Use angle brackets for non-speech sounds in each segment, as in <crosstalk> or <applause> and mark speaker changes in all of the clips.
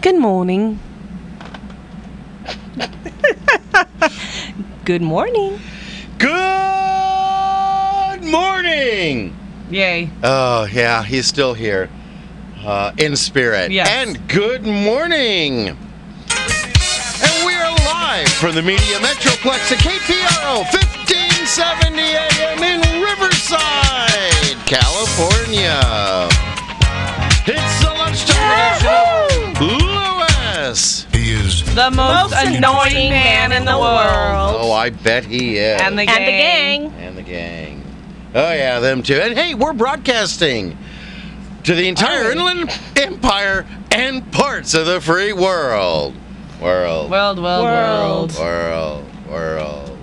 Speaker 1: Good morning. Good morning.
Speaker 2: Good morning.
Speaker 1: Yay.
Speaker 2: Oh yeah, he's still here, uh, in spirit.
Speaker 1: Yes.
Speaker 2: And good morning. And we are live from the Media Metroplex at KPRO 1570 AM in Riverside, California. It's the lunchtime edition of Lewis.
Speaker 3: He is
Speaker 4: The most, annoying man in the world.
Speaker 2: Oh, I bet he is.
Speaker 4: And the
Speaker 1: And the gang.
Speaker 4: gang.
Speaker 2: And the gang. Oh, yeah, them too. And hey, we're broadcasting to the entire Inland Empire and parts of the free world. World.
Speaker 4: World, world, world.
Speaker 2: World. World.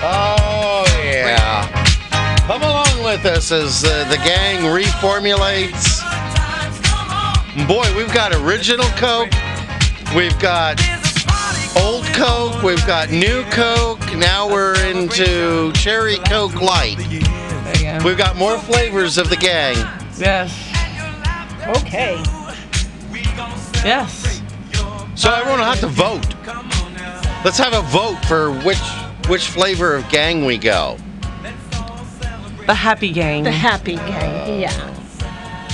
Speaker 2: Oh, yeah. Come along with us as uh, the gang reformulates. Boy, we've got original Coke. We've got old Coke. We've got new Coke. Now we're into Cherry Coke Light.
Speaker 4: There you go.
Speaker 2: We've got more flavors of the gang.
Speaker 4: Yes.
Speaker 1: Okay.
Speaker 4: Yes.
Speaker 2: So everyone will have to vote. Let's have a vote for which which flavor of gang we go.
Speaker 4: The happy gang.
Speaker 1: The happy gang. Yeah.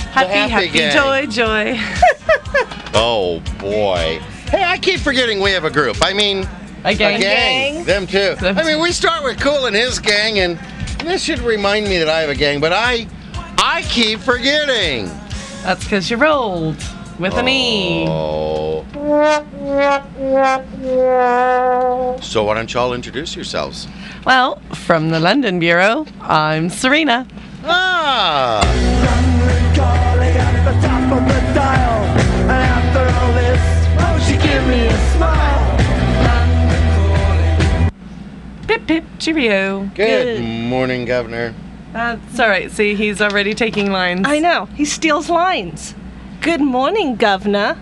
Speaker 4: happy,
Speaker 2: happy
Speaker 4: happy,
Speaker 2: gang.
Speaker 4: joy, joy.
Speaker 2: Oh boy. Hey, I keep forgetting we have a group. I mean,
Speaker 4: A gang.
Speaker 2: a gang. Them too.
Speaker 4: Them
Speaker 2: I mean, we start with Cool and his gang, and this should remind me that I have a gang, but I I keep forgetting.
Speaker 4: That's because you're old. With an E.
Speaker 2: Oh. So why don't y'all introduce yourselves?
Speaker 4: Well, from the London Bureau, I'm Serena.
Speaker 2: Ah.
Speaker 5: Calling at the top of the dial. And after all this, won't you give me a smile?
Speaker 4: Pip, pip, cheerio.
Speaker 2: Good morning, Governor.
Speaker 4: That's all right. See, he's already taking lines.
Speaker 1: I know. He steals lines. Good morning, Governor.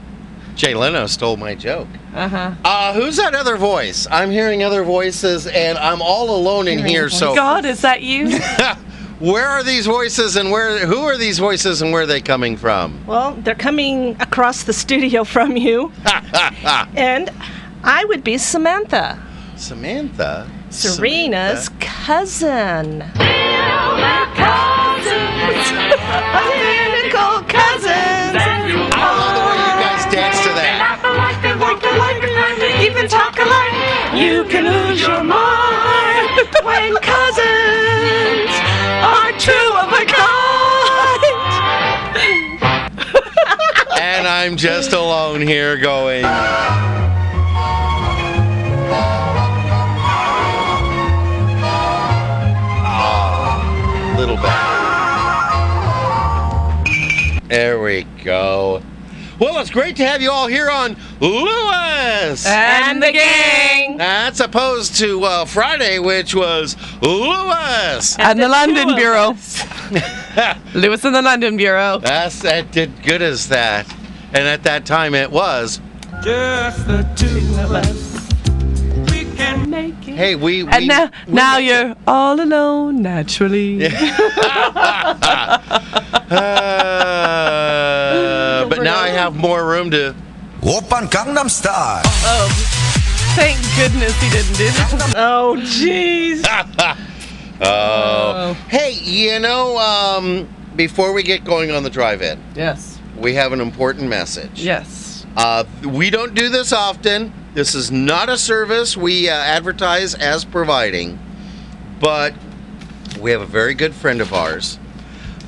Speaker 2: Jay Leno stole my joke.
Speaker 4: Uh huh.
Speaker 2: Uh, who's that other voice? I'm hearing other voices, and I'm all alone in here. So,
Speaker 4: God, is that <laughs> you?
Speaker 2: <laughs> where are these voices, and where? Who are these voices, and where are they coming from? <laughs>
Speaker 1: Well, they're coming across the studio <laughs> from you. and I would be Samantha,
Speaker 2: Samantha.
Speaker 1: Serena's cousin. <laughs> Identical cousins.
Speaker 2: Samantha. I love the way you guys dance to that.
Speaker 1: Even talk alike. You can lose your mind <laughs> when cousins are two of a kind.
Speaker 2: And I'm just alone here going. Ah, little bit. There we go. Well, it's great to have you all here on Lewis.
Speaker 4: and the gang.
Speaker 2: That's opposed to uh, Friday, which was Lewis. <laughs>
Speaker 4: And the
Speaker 1: two
Speaker 4: London
Speaker 1: of
Speaker 4: Bureau. Lewis and the London Bureau.
Speaker 2: That's that did good as that, and at that time it was.
Speaker 5: Just the two of us. We can
Speaker 2: Hey, we.
Speaker 4: And
Speaker 2: we-
Speaker 4: now, now you're all alone naturally.
Speaker 2: Uh, but now I have more room to.
Speaker 3: Open Gangnam Style.
Speaker 4: Oh. Thank goodness he didn't do that.
Speaker 1: Oh, jeez.
Speaker 2: Ah. Oh. Hey, you know, um, before we get going on the drive-in,
Speaker 4: Yes.
Speaker 2: we have an important message.
Speaker 4: Yes.
Speaker 2: Uh, we don't do this often. This is not a service we uh, advertise as providing, but we have a very good friend of ours.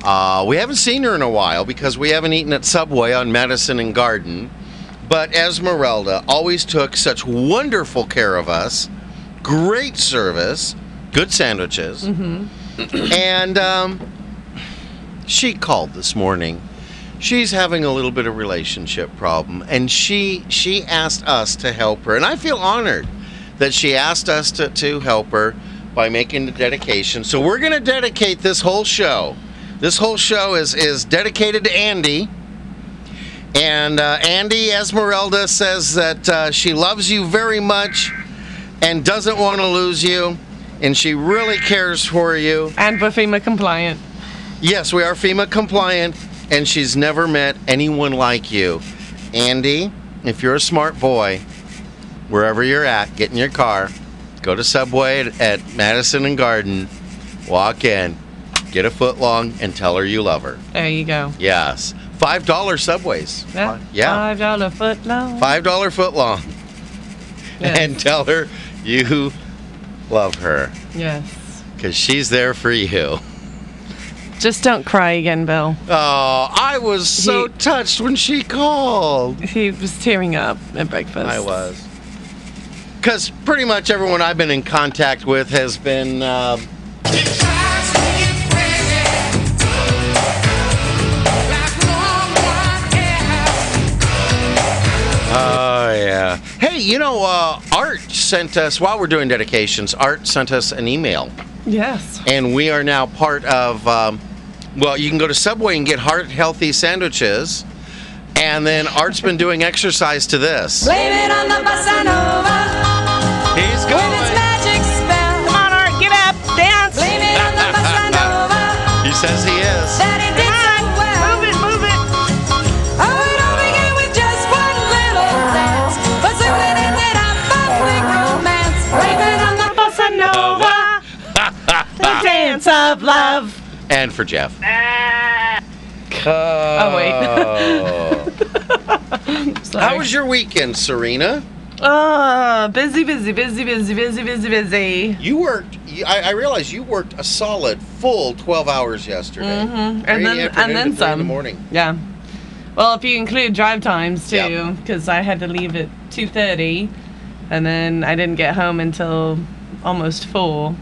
Speaker 2: Uh, we haven't seen her in a while because we haven't eaten at Subway on Madison and Garden. But Esmeralda always took such wonderful care of us, great service, good sandwiches. and um, she called this morning she's having a little bit of relationship problem and she she asked us to help her and i feel honored that she asked us to, to help her by making the dedication so we're going to dedicate this whole show this whole show is is dedicated to andy and uh, andy esmeralda says that uh, she loves you very much and doesn't want to lose you and she really cares for you
Speaker 4: And for FEMA compliant.
Speaker 2: Yes, we are FEMA compliant, and she's never met anyone like you. Andy, if you're a smart boy, wherever you're at, get in your car, go to Subway at, at Madison and Garden, walk in, get a foot long, and tell her you love her.
Speaker 4: There you go.
Speaker 2: Yes. $5 Subways.
Speaker 4: Yeah.
Speaker 2: Yeah.
Speaker 4: Five dollar foot long.
Speaker 2: $5 foot long,
Speaker 4: Yes.
Speaker 2: <laughs> and tell her you love her
Speaker 4: yes.
Speaker 2: because she's there for you.
Speaker 4: Just don't cry again, Bill.
Speaker 2: Oh, I was so
Speaker 4: He-
Speaker 2: touched when she called.
Speaker 4: He was tearing up at breakfast.
Speaker 2: I was. Because pretty much everyone I've been in contact with has been. Uh, Oh yeah. Hey, you know, uh, Art sent us while we're doing dedications. Art sent us an email,
Speaker 4: Yes.
Speaker 2: and we are now part of. Um, well, you can go to Subway and get heart healthy sandwiches, and then Art's been doing exercise to this.
Speaker 6: Blame it on the bossa nova
Speaker 2: He's
Speaker 6: with its
Speaker 2: going.
Speaker 6: magic spell. Come on, Art, get up, dance. Blame it on the bossa nova
Speaker 2: He says he is.
Speaker 6: that it did so well. Move it, move it. Oh, it all began with just one little dance, but soon it ended up a big romance. Blame it on the bossa nova.
Speaker 2: <laughs>
Speaker 4: The dance of love.
Speaker 2: And for Jeff.
Speaker 4: Oh wait.
Speaker 2: <laughs> How was your weekend, Serena?
Speaker 4: Uh, busy, busy, busy, busy, busy, busy, busy.
Speaker 2: You worked. you- I, I realized you worked a solid full twelve hours yesterday, mm-hmm.
Speaker 4: And then and then some.
Speaker 2: In the morning.
Speaker 4: Yeah. Well, if you include drive times too,
Speaker 2: Yep.
Speaker 4: because I had to leave at two thirty, and then I didn't get home until almost four.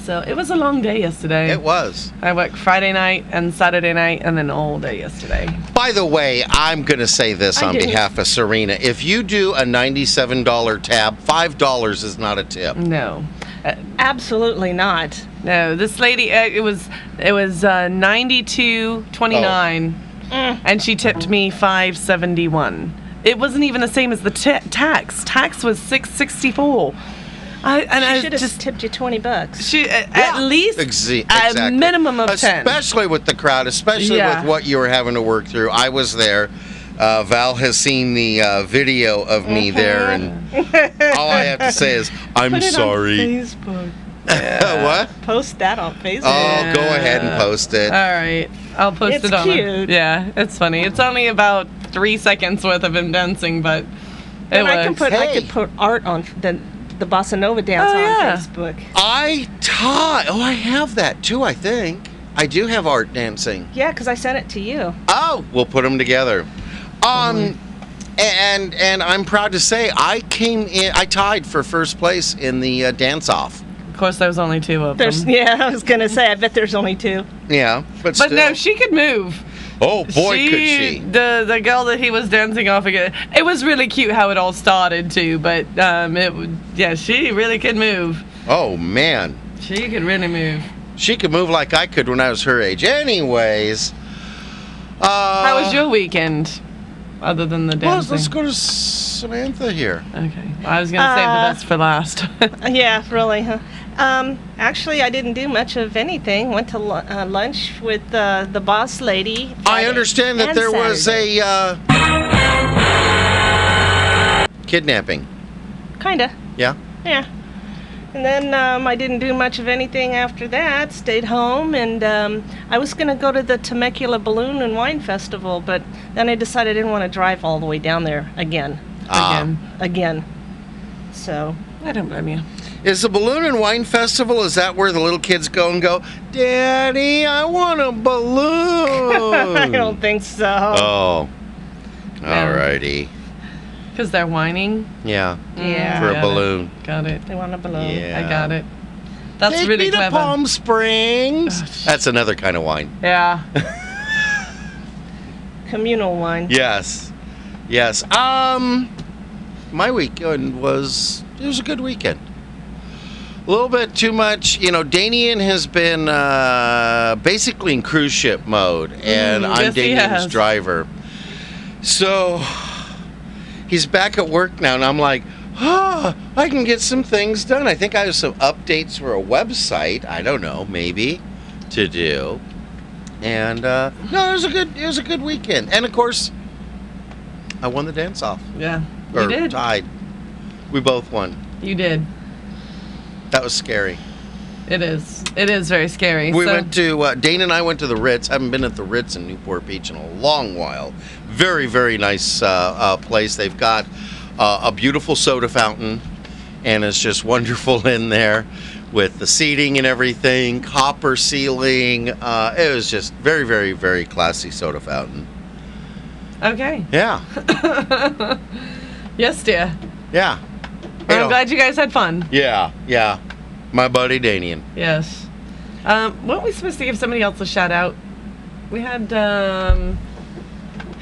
Speaker 4: So it was a long day yesterday.
Speaker 2: It was.
Speaker 4: I worked Friday night and Saturday night, and then all day yesterday.
Speaker 2: By the way, I'm going to say this
Speaker 4: I
Speaker 2: on
Speaker 4: do.
Speaker 2: behalf of Serena. If you do a ninety-seven dollar tab, five dollars is not a tip.
Speaker 4: No. Uh,
Speaker 7: Absolutely not.
Speaker 4: No, this lady. Uh, it was it was uh, ninety two twenty nine,
Speaker 7: Oh. Mm.
Speaker 4: and she tipped me five seventy one. It wasn't even the same as the t- tax. Tax was six sixty four. I and
Speaker 7: I
Speaker 4: I
Speaker 7: should have
Speaker 4: just
Speaker 7: tipped you 20 bucks.
Speaker 4: she a- at least
Speaker 2: Ex-
Speaker 4: a
Speaker 2: exactly.
Speaker 4: minimum of ten.
Speaker 2: Especially with the crowd, especially
Speaker 4: Yeah.
Speaker 2: with what you were having to work through. I was there. Uh, Val has seen the uh, video of me
Speaker 4: Mm-hmm.
Speaker 2: there, and all I have to say
Speaker 4: <laughs>
Speaker 2: is, I'm
Speaker 7: Put it on
Speaker 2: sorry.
Speaker 7: Facebook.
Speaker 2: what?
Speaker 7: Post that on Facebook.
Speaker 2: Oh, go ahead and post it.
Speaker 4: All right, I'll post
Speaker 7: It's
Speaker 4: it on.
Speaker 7: cute.
Speaker 4: Yeah, it's funny. It's only about three seconds worth of him dancing, but it
Speaker 7: and
Speaker 4: was.
Speaker 7: I can put I
Speaker 2: Hey.
Speaker 7: can put art on the the bossa nova dance
Speaker 4: Oh,
Speaker 7: on
Speaker 4: yeah.
Speaker 7: Facebook.
Speaker 2: I taught. Oh, I have that too, I think. I do have art dancing.
Speaker 7: Yeah, because I sent it to you.
Speaker 2: Oh, we'll put them together. Um,
Speaker 4: Mm-hmm.
Speaker 2: and and I'm proud to say I came in. I tied for first place in the uh, dance off.
Speaker 4: of course, there was only two of
Speaker 7: There's
Speaker 2: Um,
Speaker 4: them.
Speaker 7: yeah, I was gonna say I bet there's only two.
Speaker 2: Yeah, but,
Speaker 4: But
Speaker 2: still.
Speaker 4: no, she could move.
Speaker 2: oh boy, could she!
Speaker 4: The the girl that he was dancing off again. It was really cute how it all started too, but um, it w- yeah, she really could move.
Speaker 2: Oh man,
Speaker 4: She could really move.
Speaker 2: she could move like I could when I was her age. Anyways, uh,
Speaker 4: how was your weekend, other than the
Speaker 2: Well, let's
Speaker 4: dancing?
Speaker 2: go to Samantha here.
Speaker 4: okay, I was gonna save
Speaker 7: Uh,
Speaker 4: the best for last. <laughs>
Speaker 7: Uh, Yeah, really, huh? Um, actually, I didn't do much of anything. Went to lu- uh, lunch with uh, the boss lady.
Speaker 2: I
Speaker 7: Friday
Speaker 2: understand that
Speaker 7: and
Speaker 2: there was
Speaker 7: Saturday.
Speaker 2: a uh, kidnapping.
Speaker 7: kinda.
Speaker 2: Yeah.
Speaker 7: Yeah. And then um, I didn't do much of anything after that. Stayed home, and um, I was going to go to the Temecula Balloon and Wine Festival, but then I decided I didn't want to drive all the way down there again.
Speaker 2: Ah.
Speaker 4: Again,
Speaker 7: Again. So, <laughs>
Speaker 4: I don't blame you.
Speaker 2: Is the balloon and wine festival? Is that where the little kids go and go, Daddy, I want a
Speaker 4: <laughs>
Speaker 2: balloon?
Speaker 7: I don't think so.
Speaker 2: Oh.
Speaker 4: Yeah.
Speaker 2: Alrighty.
Speaker 4: Because they're whining.
Speaker 2: Yeah.
Speaker 7: yeah.
Speaker 2: For a
Speaker 4: Yeah.
Speaker 2: balloon.
Speaker 4: Got it.
Speaker 7: they want a balloon.
Speaker 2: Mm. Yeah.
Speaker 4: I got it. That's
Speaker 2: Take
Speaker 4: really
Speaker 2: me
Speaker 4: clever.
Speaker 2: to Palm Springs. That's another kind of wine.
Speaker 4: Yeah.
Speaker 7: Communal wine.
Speaker 2: Yes. Yes. Um my weekend was it was a good weekend. A little bit too much, you know. Danian has been uh, basically in cruise ship mode, and
Speaker 4: Mm,
Speaker 2: I'm
Speaker 4: yes, he
Speaker 2: Danian's
Speaker 4: has.
Speaker 2: driver. So he's back at work now, and I'm like, oh, I can get some things done. I think I have some updates for a website. I don't know, maybe to do. And uh, no, it was a good it was a good weekend. And of course, I won the dance off
Speaker 4: Yeah.
Speaker 2: or
Speaker 4: you did.
Speaker 2: tied. We both won.
Speaker 4: You did.
Speaker 2: That was scary.
Speaker 4: It is. It is very scary.
Speaker 2: We
Speaker 4: So-
Speaker 2: went to uh, Dane and I went to the Ritz. Haven't been at the Ritz in Newport Beach in a long while. Very very nice uh, uh, place. They've got uh, a beautiful soda fountain, and it's just wonderful in there with the seating and everything, copper ceiling. Uh, it was just very very very classy soda fountain.
Speaker 4: Okay.
Speaker 2: Yeah,
Speaker 4: Yes, dear. <laughs>
Speaker 2: yeah. You know,
Speaker 4: I'm glad you guys had fun.
Speaker 2: Yeah, yeah. My buddy Danian.
Speaker 4: Yes. Um, weren't we supposed to give somebody else a shout out? We had. Um,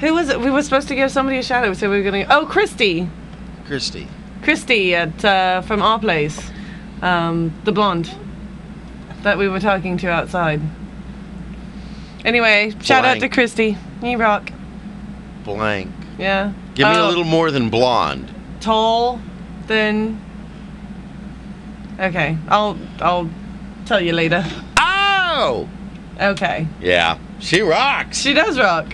Speaker 4: who was it? We were supposed to give somebody a shout out. We said we were going to. Oh, Christy.
Speaker 2: Christy.
Speaker 4: Christy at uh, from our place, um, the blonde that we were talking to outside. Anyway, shout out to
Speaker 2: Blank.
Speaker 4: Christy. You rock.
Speaker 2: Blank.
Speaker 4: Yeah.
Speaker 2: Give me a
Speaker 4: Oh,
Speaker 2: little more than blonde.
Speaker 4: tall, thin. Okay, I'll I'll tell you later.
Speaker 2: Oh!
Speaker 4: Okay,
Speaker 2: Yeah. She rocks.
Speaker 4: she does rock.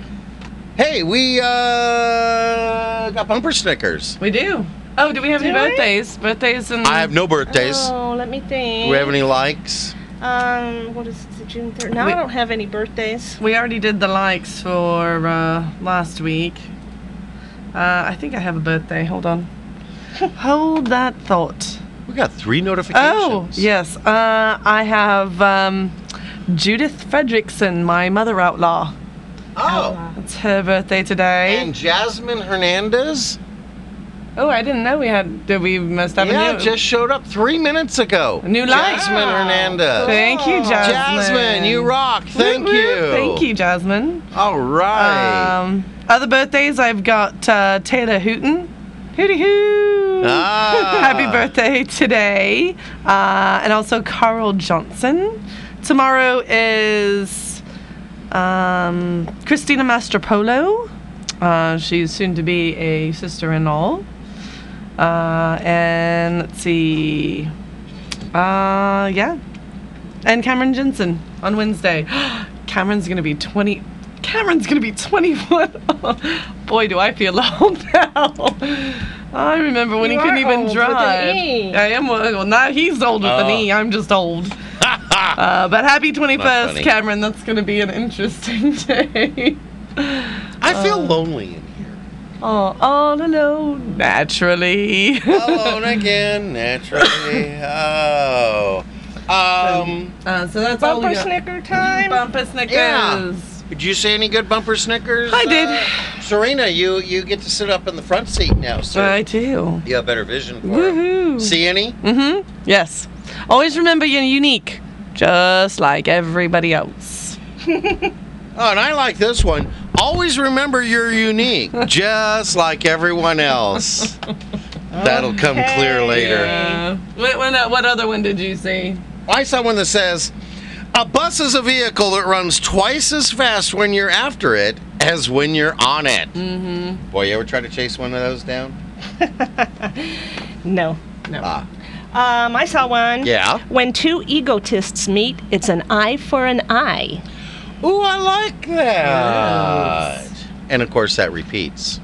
Speaker 2: Hey, we uh got bumper stickers.
Speaker 4: We do. Oh, do we have any
Speaker 7: Do we?
Speaker 4: birthdays? Birthdays and
Speaker 2: I have no birthdays.
Speaker 7: Oh, let me think.
Speaker 2: Do we have any likes?
Speaker 7: Um, what is it? June third? No,
Speaker 4: We-
Speaker 7: I don't have any birthdays.
Speaker 4: We already did the likes for uh, last week. Uh, I think I have a birthday. Hold on. Hold that thought.
Speaker 2: We got three notifications.
Speaker 4: Oh, yes. Uh, I have um, Judith Fredrickson, my mother outlaw.
Speaker 2: Oh.
Speaker 4: It's her birthday today.
Speaker 2: And Jasmine Hernandez?
Speaker 4: oh, I didn't know we had. Did we must have
Speaker 2: yeah,
Speaker 4: a new?
Speaker 2: just showed up three minutes ago.
Speaker 4: A new like.
Speaker 2: Jasmine Hernandez.
Speaker 4: Thank you, Jasmine.
Speaker 2: Jasmine, you rock. Thank
Speaker 4: Woo-woo.
Speaker 2: you.
Speaker 4: Thank you, Jasmine.
Speaker 2: All right.
Speaker 4: Um, other birthdays, I've got uh, Taylor Hooten. Hooty hoo!
Speaker 2: Ah.
Speaker 4: <laughs> Happy birthday today. Uh, and also Carl Johnson. Tomorrow is um, Christina Mastropolo. Uh, she's soon to be a sister in law. Uh, and let's see. Uh, yeah. And Cameron Jensen on Wednesday. <gasps> Cameron's gonna be 20. Cameron's gonna be 21. <laughs> Boy, do I feel <laughs> old now. I remember when
Speaker 7: You
Speaker 4: he couldn't
Speaker 7: are
Speaker 4: even
Speaker 7: old with an
Speaker 4: drive.
Speaker 7: E.
Speaker 4: I am old. well. Now he's older than
Speaker 2: Oh.
Speaker 4: me. I'm just
Speaker 2: <laughs>
Speaker 4: old. uh, but happy 21st,
Speaker 2: funny.
Speaker 4: Cameron. That's gonna be an interesting <laughs> day.
Speaker 2: I feel
Speaker 4: uh,
Speaker 2: lonely in here.
Speaker 4: Oh, all alone, naturally.
Speaker 2: Alone again, naturally. Oh. Um,
Speaker 4: Uh, so that's all we
Speaker 7: Bumper
Speaker 4: got.
Speaker 7: snicker time.
Speaker 4: Bumper Snickers.
Speaker 2: Yeah. did you say any good bumper snickers? Uh,
Speaker 4: I did.
Speaker 2: Serena, you you get to sit up in the front seat now, so
Speaker 4: I do.
Speaker 2: you have better vision for it.
Speaker 4: Woohoo.
Speaker 2: See any?
Speaker 4: Mm-hmm. Yes. Always remember you're unique, just like everybody else.
Speaker 2: Oh, and I like this one. Always remember you're unique, just like
Speaker 4: <laughs>
Speaker 2: everyone else. That'll come clear
Speaker 7: Okay.
Speaker 2: later.
Speaker 4: Uh, what, what, what other one did you see?
Speaker 2: I saw one that says a bus is a vehicle that runs twice as fast when you're after it as when you're on it. Mm-hmm. Boy, you ever try to chase one of those down?
Speaker 7: No.
Speaker 4: No.
Speaker 2: Ah,
Speaker 7: Um, I saw one.
Speaker 2: Yeah.
Speaker 7: When two egotists meet, it's an eye for an eye.
Speaker 2: ooh, I like that. And of course, that repeats.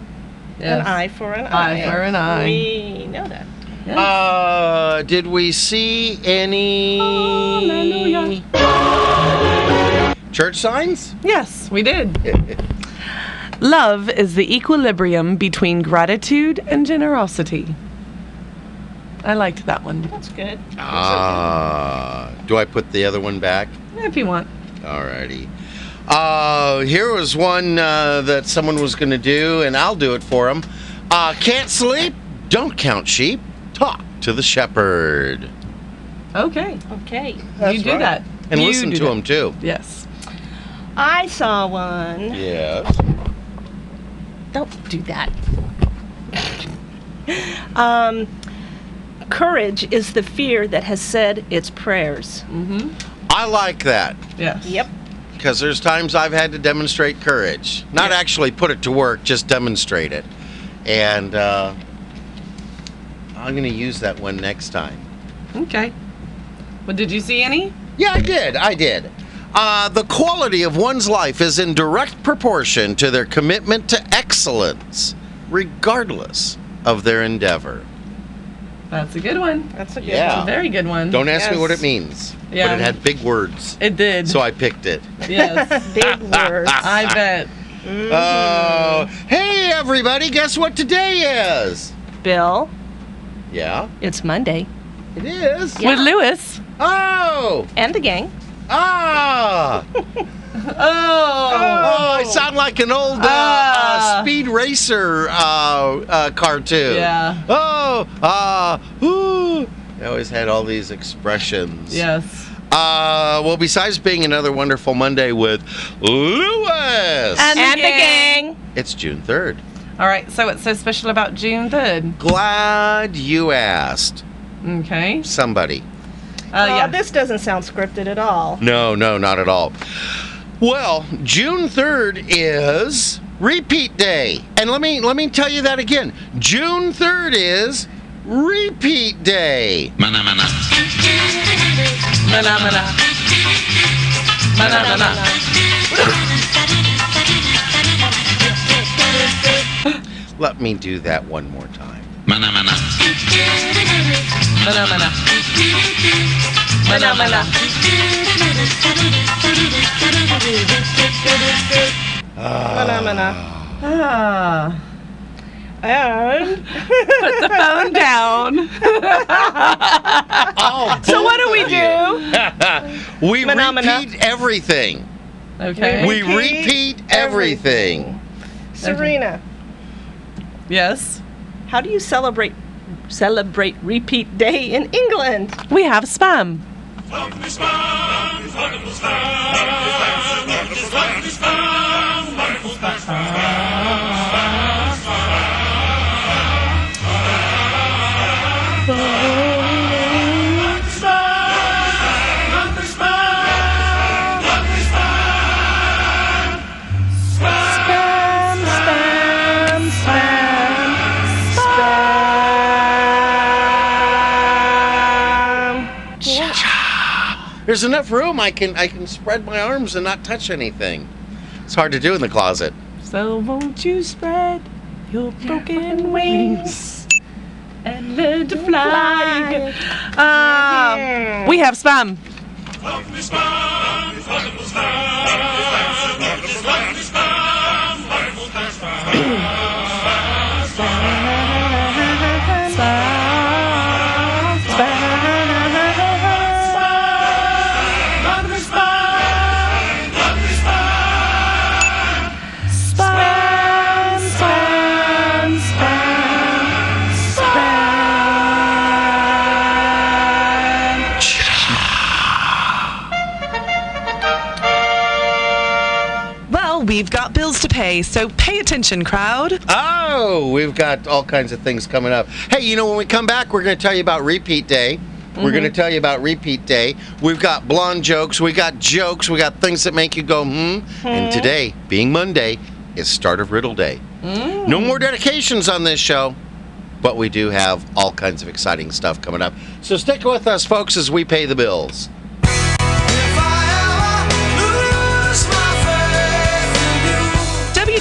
Speaker 4: Yes.
Speaker 7: An eye for an eye.
Speaker 4: Eye for an eye.
Speaker 7: We know that.
Speaker 2: Uh, did we see any church signs?
Speaker 4: Yes, we did. Love is the equilibrium between gratitude and generosity. I liked that one.
Speaker 7: That's good.
Speaker 2: Ah, do I put the other one back?
Speaker 4: If you want.
Speaker 2: Alrighty. Uh, here was one uh, that someone was going to do, and I'll do it for them. Uh, can't sleep? Don't count sheep. Talk to the shepherd.
Speaker 4: Okay.
Speaker 7: Okay.
Speaker 4: you do
Speaker 2: right.
Speaker 4: that.
Speaker 2: And
Speaker 4: You
Speaker 2: listen
Speaker 4: do
Speaker 2: to
Speaker 4: that.
Speaker 2: him, too.
Speaker 4: Yes.
Speaker 7: I saw one.
Speaker 2: Yeah.
Speaker 7: Don't do that. <laughs> um, courage is the fear that has said its prayers.
Speaker 2: I like that
Speaker 4: Yes.
Speaker 7: Yep.
Speaker 2: because there's times I've had to demonstrate courage. Not actually put it to work, just demonstrate it. And uh, I'm going to use that one next time.
Speaker 4: Okay. Well, did you see any?
Speaker 2: Yeah, I did. I did. Uh, the quality of one's life is in direct proportion to their commitment to excellence, regardless of their endeavor.
Speaker 4: That's a good one.
Speaker 7: That's a good
Speaker 2: Yeah.
Speaker 4: That's a very good one.
Speaker 2: Don't ask me what it
Speaker 7: Yes.
Speaker 2: means,
Speaker 4: Yeah.
Speaker 2: but it had big words,
Speaker 4: It did.
Speaker 2: so I picked it. <laughs>
Speaker 4: yes.
Speaker 7: big word.
Speaker 4: I bet.
Speaker 2: Oh, hey everybody! Guess what today is?
Speaker 7: Bill,
Speaker 2: Yeah,
Speaker 7: it's Monday.
Speaker 2: it is.
Speaker 4: With Lewis.
Speaker 2: Oh,
Speaker 7: And the gang.
Speaker 2: ah, oh, I sound Oh, like an old uh,
Speaker 4: Ah.
Speaker 2: uh, speed racer uh, uh, cartoon.
Speaker 4: Yeah.
Speaker 2: Oh, ah, ooh. I always had all these expressions.
Speaker 4: Yes.
Speaker 2: Uh, well, besides being another wonderful Monday with Lewis,
Speaker 4: And- the gang.
Speaker 2: it's June 3rd.
Speaker 4: All right. So what's so special about June third?
Speaker 2: Glad you asked
Speaker 4: Okay.
Speaker 2: somebody.
Speaker 4: Uh,
Speaker 7: Aw,
Speaker 4: yeah.
Speaker 7: Oh, This doesn't sound scripted at all.
Speaker 2: No, no, not at all. Well, June 3rd is repeat day. And let me let me tell you that again. June 3rd is repeat day.
Speaker 4: Phenomena. Phenomena.
Speaker 2: Let me do that one more time.
Speaker 4: Phenomena. Phenomena.
Speaker 7: Phenomena.
Speaker 4: Ah.
Speaker 7: And
Speaker 4: Put the phone down.
Speaker 2: Oh,
Speaker 7: <laughs> so what do we do?
Speaker 2: do? <laughs> We
Speaker 7: Phenomena.
Speaker 2: repeat everything.
Speaker 4: <laughs> Okay.
Speaker 2: We
Speaker 7: Repeat
Speaker 2: repeat everything.
Speaker 7: Serena,
Speaker 4: yes.
Speaker 7: how do you celebrate celebrate repeat day in England?
Speaker 4: We have spam.
Speaker 2: There's enough room I can I can spread my arms and not touch anything. It's hard to do in the closet.
Speaker 4: So won't you spread your broken wings and learn to fly? Um, we have spam.
Speaker 1: Well, we've got bills to pay, so pay attention, crowd.
Speaker 2: Oh, we've got all kinds of things coming up. Hey, you know, when we come back, we're going to tell you about Repeat Day. We're
Speaker 8: Mm-hmm.
Speaker 2: going to tell you about Repeat Day. We've got blonde jokes, we got jokes, we got things that make you go, hmm.
Speaker 8: Mm-hmm.
Speaker 2: And today, being Monday, is start of Riddle Day.
Speaker 8: Mm.
Speaker 2: No more dedications on this show, but we do have all kinds of exciting stuff coming up. So stick with us, folks, as we pay the bills.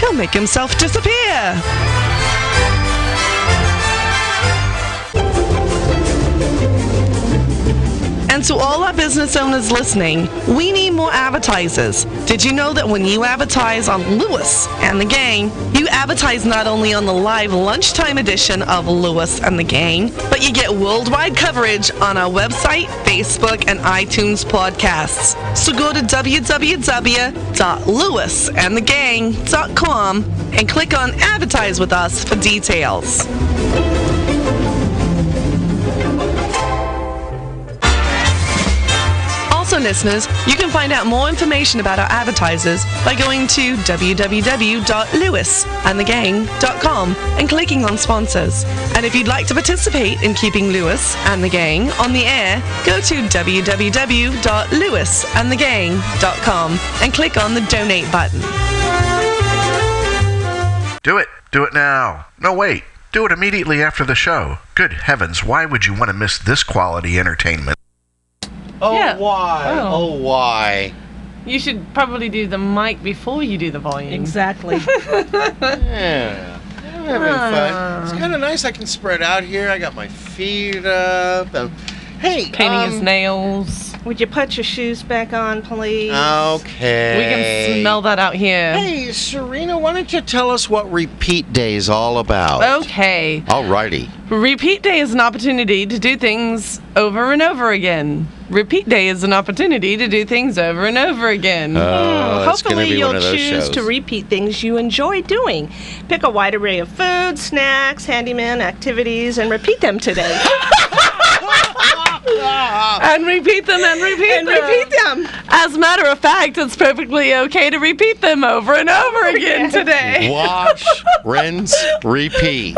Speaker 8: He'll make himself disappear. And to all our business owners listening, we need more advertisers. Did you know that when you advertise on Lewis and the Gang, you advertise not only on the live lunchtime edition of Lewis and the Gang, but you get worldwide coverage on our website, Facebook, and iTunes podcasts. So go to www.lewisandthegang.com and click on Advertise with Us for details. Also, listeners, you can find out more information about our advertisers by going to www.lewisandthegang.com and clicking on sponsors. And if you'd like to participate in keeping Lewis and the Gang on the air, go to www.lewisandthegang.com and click on the donate button.
Speaker 9: Do it. Do it now. No, wait. Do it immediately after the show. Good heavens, why would you want to miss this quality entertainment?
Speaker 2: Oh,
Speaker 8: Yeah.
Speaker 2: why?
Speaker 8: Oh.
Speaker 2: Oh, why?
Speaker 4: You should probably do the mic before you do the volume.
Speaker 7: Exactly.
Speaker 2: Yeah. I'm having fun. It's kind of nice. I can spread out here. I got my feet up. Um, hey,
Speaker 4: Painting
Speaker 2: um,
Speaker 4: his nails.
Speaker 7: <laughs> Would you put your shoes back on, please?
Speaker 2: Oh,
Speaker 4: We
Speaker 2: Okay.
Speaker 4: can smell that out here.
Speaker 2: Hey, Serena, why don't you tell us what Repeat Day is all about?
Speaker 4: Okay.
Speaker 2: Alrighty.
Speaker 4: Repeat day is an opportunity to do things over and over again. Repeat day is an opportunity to do things over and over again.
Speaker 2: Oh, it's gonna
Speaker 7: Hopefully,
Speaker 2: be
Speaker 7: you'll
Speaker 2: one of those
Speaker 7: choose
Speaker 2: shows.
Speaker 7: to repeat things you enjoy doing. Pick a wide array of food, snacks, handyman activities, and repeat them
Speaker 4: <laughs>
Speaker 7: today.
Speaker 4: and repeat them and repeat
Speaker 7: and
Speaker 4: them.
Speaker 7: repeat them.
Speaker 4: As a matter of fact, it's perfectly okay to repeat them over and over <laughs> again today.
Speaker 2: Wash, rinse, repeat.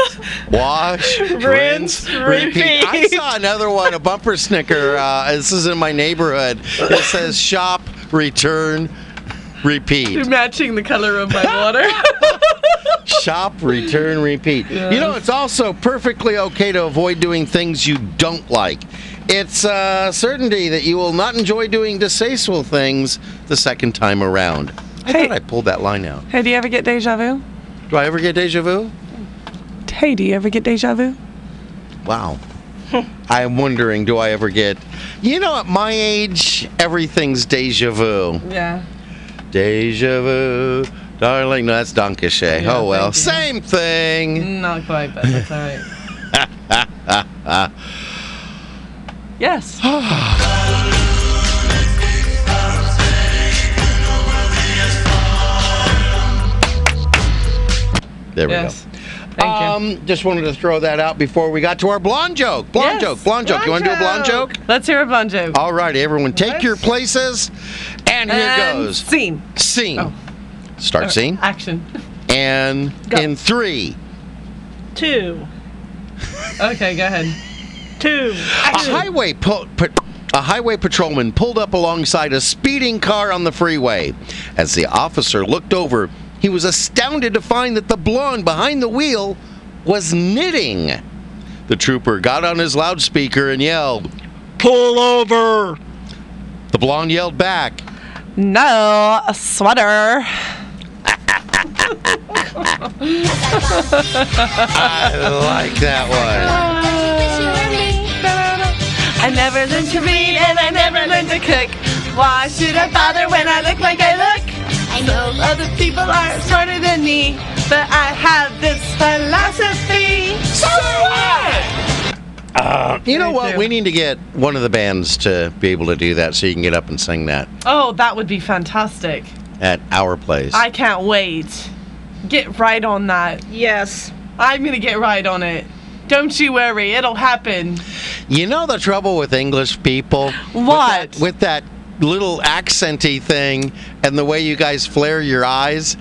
Speaker 2: Wash, rinse, repeat. I saw another one, a bumper snicker. Uh, this is in my neighborhood. It says shop, return, repeat.
Speaker 4: Matching the color of my water.
Speaker 2: Shop, return, repeat. You know, it's also perfectly okay to avoid doing things you don't like. It's a certainty that you will not enjoy doing distasteful things the second time around.
Speaker 4: <laughs>
Speaker 2: I
Speaker 4: Hey.
Speaker 2: thought I pulled that line out.
Speaker 4: hey, do you ever get deja vu?
Speaker 2: Do I ever get deja vu?
Speaker 4: Hey, do you ever get deja vu?
Speaker 2: Wow.
Speaker 4: Hmm.
Speaker 2: <laughs> I'm wondering, do I ever get. You know, at my age, everything's deja vu.
Speaker 4: Yeah.
Speaker 2: Deja vu. Darling, no, that's Don Cachet. oh, well. Same thing.
Speaker 4: Not quite, but that's all right. <laughs> yes.
Speaker 2: There we
Speaker 4: yes.
Speaker 2: go.
Speaker 4: Thank you.
Speaker 2: Um, just wanted to throw that out before we got to our blonde joke. Blonde
Speaker 4: Yes,
Speaker 2: joke, blonde joke. You want to do a blonde joke?
Speaker 4: Let's hear a blonde joke.
Speaker 2: All right, everyone, take your places. And here
Speaker 4: And
Speaker 2: goes.
Speaker 4: Scene.
Speaker 2: Scene.
Speaker 4: Oh.
Speaker 2: Start scene.
Speaker 4: Action.
Speaker 2: And
Speaker 7: Go.
Speaker 2: in three.
Speaker 7: Two,
Speaker 4: Okay, go ahead.
Speaker 7: two.
Speaker 2: A highway po- pat- a highway patrolman pulled up alongside a speeding car on the freeway. As the officer looked over, he was astounded to find that the blonde behind the wheel was knitting. The trooper got on his loudspeaker and yelled, "Pull over!" The blonde yelled back,
Speaker 4: No, a sweater.
Speaker 2: "I like that one."
Speaker 4: I never learned to read and I never learned to cook. Why should I bother when I look like I look? I know other people are smarter than me, but I have this philosophy. So what?
Speaker 2: You know what? We need to get one of the bands to be able to do that, so you can get up and sing that
Speaker 4: Oh, that would be fantastic.
Speaker 2: at our place.
Speaker 4: I can't wait. Get right on that.
Speaker 7: Yes.
Speaker 4: I'm gonna get right on it. Don't you worry, it'll happen.
Speaker 2: You know the trouble with English people?
Speaker 4: What?
Speaker 2: With that, with that little accenty thing and the way you guys flare your eyes?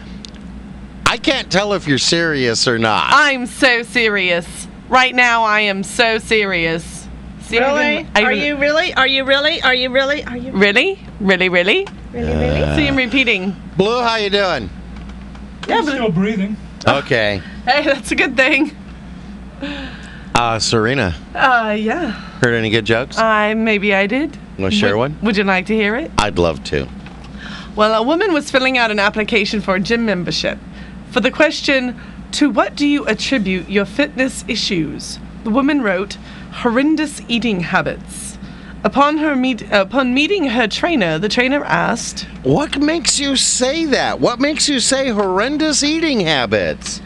Speaker 2: I can't tell if you're serious or not.
Speaker 4: I'm so serious. Right now, I am so serious. See, I
Speaker 7: Really?
Speaker 4: even- I
Speaker 7: Are
Speaker 4: even-
Speaker 7: you really? Are you really? Are you really? Are you
Speaker 4: Really? Really, really?
Speaker 7: really? Really?
Speaker 4: See, I'm repeating.
Speaker 2: Blue, how you doing?
Speaker 4: Yeah, but,
Speaker 10: Still breathing.
Speaker 2: Okay.
Speaker 4: hey, that's a good thing.
Speaker 2: Uh, Serena,
Speaker 4: Uh, yeah.
Speaker 2: heard any good jokes?
Speaker 4: I maybe I did.
Speaker 2: Want to share
Speaker 4: would,
Speaker 2: one?
Speaker 4: Would you like to hear it?
Speaker 2: I'd love to.
Speaker 4: Well, a woman was filling out an application for a gym membership. For the question, to what do you attribute your fitness issues? The woman wrote, horrendous eating habits. Upon her meet, upon meeting her trainer, the trainer asked,
Speaker 2: What makes you say that? What makes you say horrendous
Speaker 4: <laughs>
Speaker 2: eating habits?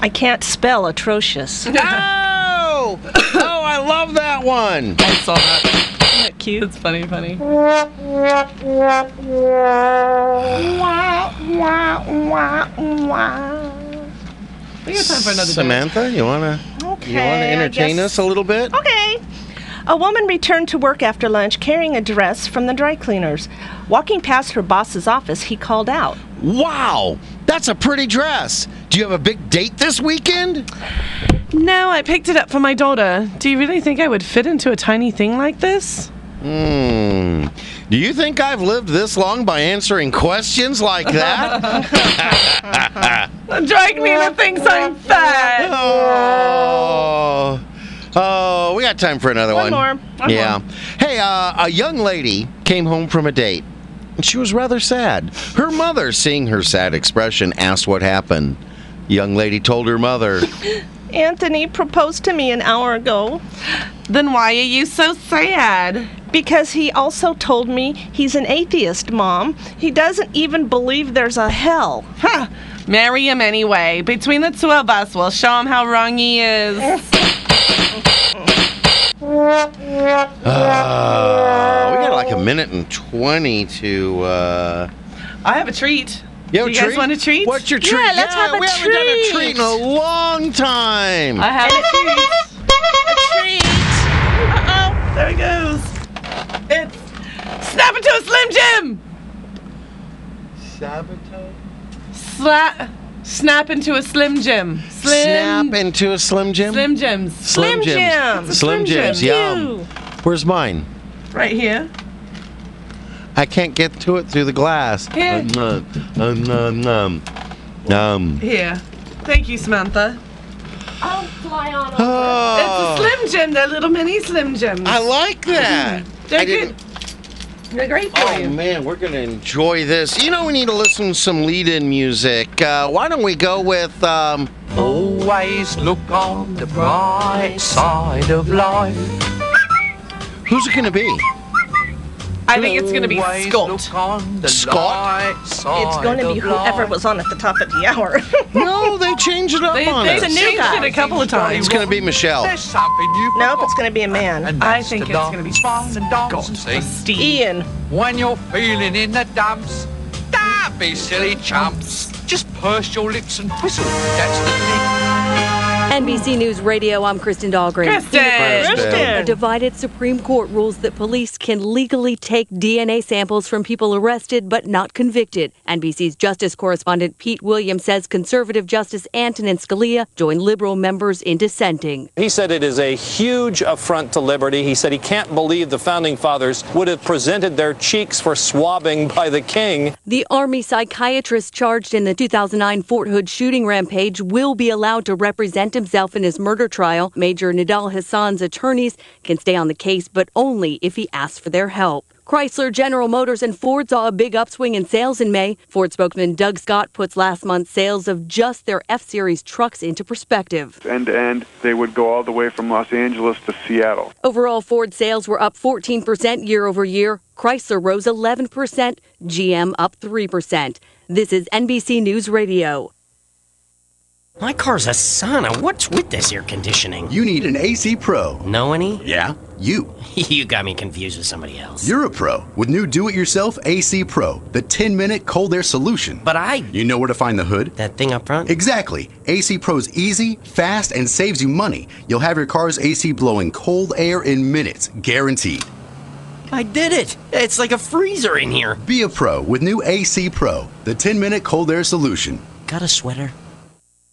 Speaker 7: I can't
Speaker 2: <laughs>
Speaker 7: spell atrocious.
Speaker 2: Oh! <coughs> Oh, I love that one.
Speaker 4: I saw that.
Speaker 7: Isn't that cute?
Speaker 4: It's funny, funny. We got time <coughs> for another joke.
Speaker 2: Samantha, you wanna you wanna
Speaker 7: Okay, I
Speaker 2: entertain us
Speaker 7: guess-
Speaker 2: a little bit?
Speaker 7: Okay. A woman returned to work after lunch carrying a dress from the dry cleaners. Walking past her boss's office, he called out.
Speaker 2: Wow, that's a pretty dress. Do you have a big date this weekend?
Speaker 4: No, I picked it up for my daughter. Do you really think I would fit into a tiny thing like this?
Speaker 2: Hmm. Do you think I've lived this long by answering questions
Speaker 7: <laughs>
Speaker 2: like that?
Speaker 4: Drag me into thinks I'm fat.
Speaker 2: oh. Oh, we got time for another one.
Speaker 7: One more. One
Speaker 2: yeah. Hey, uh, a young lady came home from a date. and She was rather sad. Her mother, seeing her sad expression, asked what happened. Young lady told her mother.
Speaker 7: Anthony proposed to me an hour ago
Speaker 4: Then why are you so sad?
Speaker 7: because he also told me he's an atheist, Mom. He doesn't even believe there's a hell.
Speaker 4: Huh. Marry him anyway. Between the two of us, we'll show him how wrong he is.
Speaker 2: Uh, we got like a minute and 20 to. Uh,
Speaker 4: I have a treat.
Speaker 2: you
Speaker 4: Do
Speaker 2: have a
Speaker 4: you guys
Speaker 2: treat?
Speaker 4: want a treat?
Speaker 2: What's your treat?
Speaker 7: Yeah, let's have a
Speaker 2: we haven't done a treat
Speaker 7: treat.
Speaker 2: in a long time.
Speaker 4: I have <laughs> a treat.
Speaker 7: Treat.
Speaker 4: Uh-oh, there it goes. It's snap into a Slim Jim. Slap. Snap into a Slim Jim. Slim.
Speaker 2: Snap into a Slim Jim?
Speaker 4: Slim Jims.
Speaker 2: Slim Jims.
Speaker 7: Jim.
Speaker 2: Slim Jims, yum.
Speaker 7: Ew.
Speaker 2: Where's mine?
Speaker 4: Right here.
Speaker 2: I can't get to it through the glass.
Speaker 4: Here.
Speaker 2: Um, um, um, um, um.
Speaker 4: Here. Thank you, Samantha.
Speaker 2: Oh,
Speaker 4: It's a Slim Jim. They're little mini Slim Jims.
Speaker 2: I like that.
Speaker 4: Mm-hmm. They're
Speaker 2: I
Speaker 4: good.
Speaker 2: didn't-
Speaker 4: They're great for
Speaker 2: Oh
Speaker 4: you.
Speaker 2: man, we're gonna enjoy this. You know, we need to listen to some lead-in music. Uh, why don't we go with? Um,
Speaker 5: Always look on the bright side of life.
Speaker 2: who's it gonna
Speaker 4: <laughs>
Speaker 2: be?
Speaker 4: I think it's gonna be
Speaker 5: Always
Speaker 4: Scott.
Speaker 5: look on the
Speaker 2: Scott?
Speaker 5: light side
Speaker 7: It's going to be
Speaker 5: of life.
Speaker 7: whoever was on at the top of the hour. <laughs>
Speaker 2: No, they changed it up
Speaker 4: They,
Speaker 2: on
Speaker 4: they
Speaker 2: us.
Speaker 7: new
Speaker 4: changed it
Speaker 7: guy.
Speaker 4: a couple of times.
Speaker 2: It's gonna be Michelle.
Speaker 5: There's something you
Speaker 7: nope, it's going to be a man.
Speaker 5: And
Speaker 4: I
Speaker 5: that's
Speaker 4: think
Speaker 5: the
Speaker 4: it's gonna be
Speaker 5: dance, and dance and
Speaker 4: Or
Speaker 5: sing.
Speaker 4: Steve.
Speaker 7: Ian.
Speaker 5: When you're feeling in the dumps, don't be silly chumps. Just purse your lips and whistle. That's the thing.
Speaker 11: NBC News Radio, I'm Kristen Dahlgren.
Speaker 4: Kristen.
Speaker 11: A
Speaker 7: Kristen.
Speaker 11: divided Supreme Court rules that police can legally take DNA samples from people arrested but not convicted. NBC's justice correspondent Pete Williams says conservative Justice Antonin Scalia joined liberal members in dissenting.
Speaker 12: He said it is a huge affront to liberty. He said he can't believe the founding fathers would have presented their cheeks for swabbing by the king.
Speaker 11: The Army psychiatrist charged in the 2009 Fort Hood shooting rampage will be allowed to represent himself in his murder trial. Major Nadal Hassan's attorneys can stay on the case, but only if he asks for their help. Chrysler, General Motors, and Ford saw a big upswing in sales in May. Ford spokesman Doug Scott puts last month's sales of just their F Series trucks into perspective.
Speaker 13: end to end, they would go all the way from Los Angeles to Seattle.
Speaker 11: Overall, Ford sales were up 14% year over year. Chrysler rose 11%, GM up 3%. This is NBC News Radio.
Speaker 14: My car's a sauna. What's with this air conditioning?
Speaker 15: You need an AC Pro.
Speaker 14: Know any?
Speaker 15: Yeah, you.
Speaker 14: <laughs> you got me confused with somebody else.
Speaker 15: You're a pro with new do it yourself AC Pro, the 10 minute cold air solution.
Speaker 14: But I.
Speaker 15: You know where to find the hood?
Speaker 14: That thing up front?
Speaker 15: Exactly. AC Pro's easy, fast, and saves you money. You'll have your car's AC blowing cold air in minutes, guaranteed.
Speaker 14: I did it. It's like a freezer in here.
Speaker 15: Be a pro with new AC Pro, the 10 minute cold air solution.
Speaker 14: Got a sweater?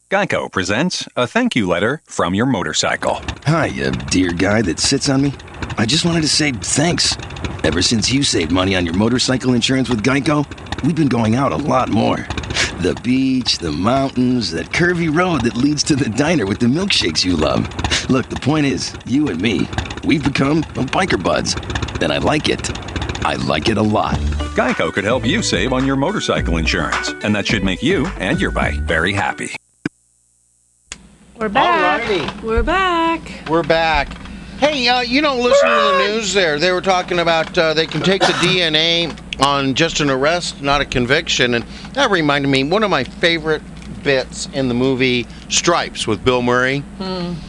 Speaker 10: Geico presents a thank you letter from your motorcycle.
Speaker 16: Hi, uh, dear guy that sits on me. I just wanted to say thanks. Ever since you saved money on your motorcycle insurance with Geico, we've been going out a lot more. The beach, the mountains, that curvy road that leads to the diner with the milkshakes you love. Look, the point is, you and me, we've become biker buds, and I like it. I like it a lot.
Speaker 10: Geico could help you save on your motorcycle insurance, and that should make you and your bike very happy.
Speaker 7: We're back. We're back.
Speaker 2: We're back. Hey, uh, you don't listen to the news there. They were talking about uh, they can take the DNA on just an arrest, not a conviction. And that reminded me, one of my favorite bits in the movie Stripes with Bill Murray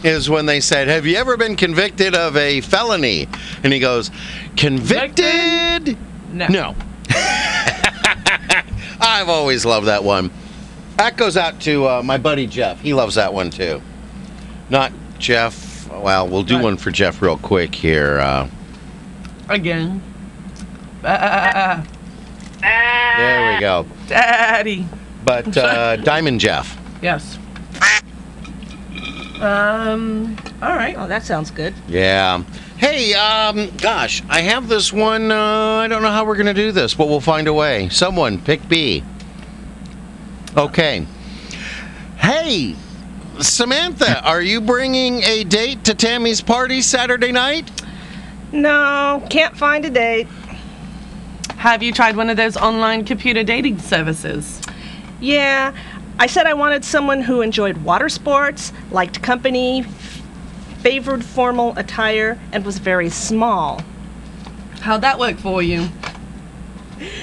Speaker 2: is when they said, Have you ever been convicted of a felony? And he goes, Convicted?
Speaker 4: No.
Speaker 2: No. <laughs> I've always loved that one. That goes out to uh, my buddy Jeff. He loves that one too. Not Jeff. Well, we'll do one for Jeff real quick here. Uh,
Speaker 4: Again. Uh,
Speaker 2: there we go.
Speaker 4: Daddy.
Speaker 2: But uh, Diamond Jeff.
Speaker 4: Yes. Um. All right.
Speaker 7: Oh, that sounds good.
Speaker 2: Yeah. Hey, um, gosh, I have this one. Uh, I don't know how we're going to do this, but we'll find a way. Someone, pick B. Okay. Hey, Samantha, <laughs> are you bringing a date to Tammy's party Saturday night?
Speaker 7: No, can't find a date.
Speaker 4: Have you tried one of those online computer dating services?
Speaker 7: Yeah, I said I wanted someone who enjoyed water sports, liked company, favored formal attire, and was very small.
Speaker 4: How'd that work for you?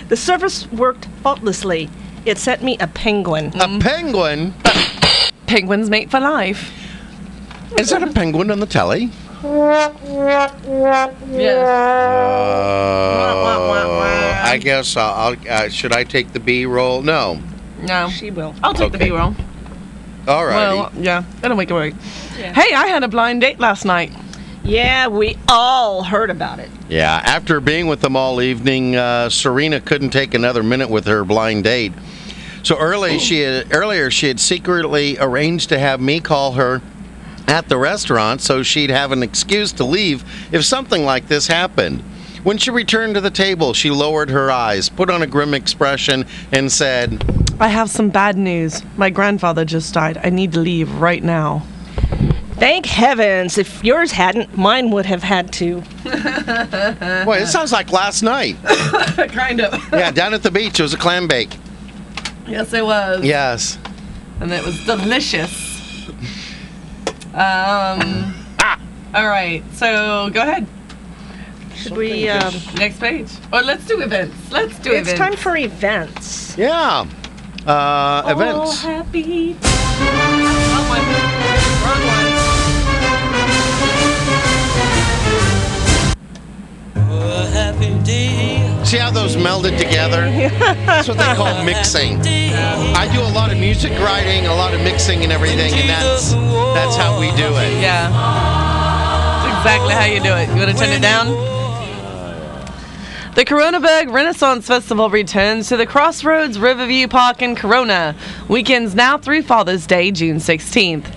Speaker 7: The service worked faultlessly. It sent me a penguin.
Speaker 2: A <laughs> penguin?
Speaker 4: Penguins mate for life.
Speaker 2: Is that a penguin on the telly? Uh, I guess I'll, I'll uh, should I take the B roll? No.
Speaker 4: No.
Speaker 7: She will.
Speaker 4: I'll take the
Speaker 2: Okay.
Speaker 4: B roll.
Speaker 2: All right.
Speaker 4: Well, yeah, that'll make it work. Hey, I had a blind date last night.
Speaker 7: Yeah, we all heard about it.
Speaker 2: Yeah, after being with them all evening, uh, Serena couldn't take another minute with her blind date. So early she had, earlier she had secretly arranged to have me call her at the restaurant so she'd have an excuse to leave if something like this happened. When she returned to the table, she lowered her eyes, put on a grim expression, and said,
Speaker 4: I have some bad news. My grandfather just died. I need to leave right now.
Speaker 7: Thank heavens. If yours hadn't, mine would have had to.
Speaker 2: "Boy, this sounds like last night."
Speaker 4: kind of.
Speaker 2: Yeah, down at the beach, it was a clam bake.
Speaker 4: Yes, it was.
Speaker 2: Yes.
Speaker 4: And it was delicious. Um. All right. So go ahead.
Speaker 7: Should we, um,
Speaker 4: next page? Or let's do events. Let's do
Speaker 7: it's
Speaker 4: events.
Speaker 7: time for events.
Speaker 2: Yeah. Uh, events.
Speaker 7: All happy.
Speaker 2: See how those melded together? That's what they call mixing. I do a lot of music writing, a lot of mixing and everything, and that's that's how we do it.
Speaker 4: Yeah. That's exactly how you do it. You want to turn it down? The Coronaburg Renaissance Festival returns to the Crossroads Riverview Park in Corona. Weekends now through Father's Day, June 16th.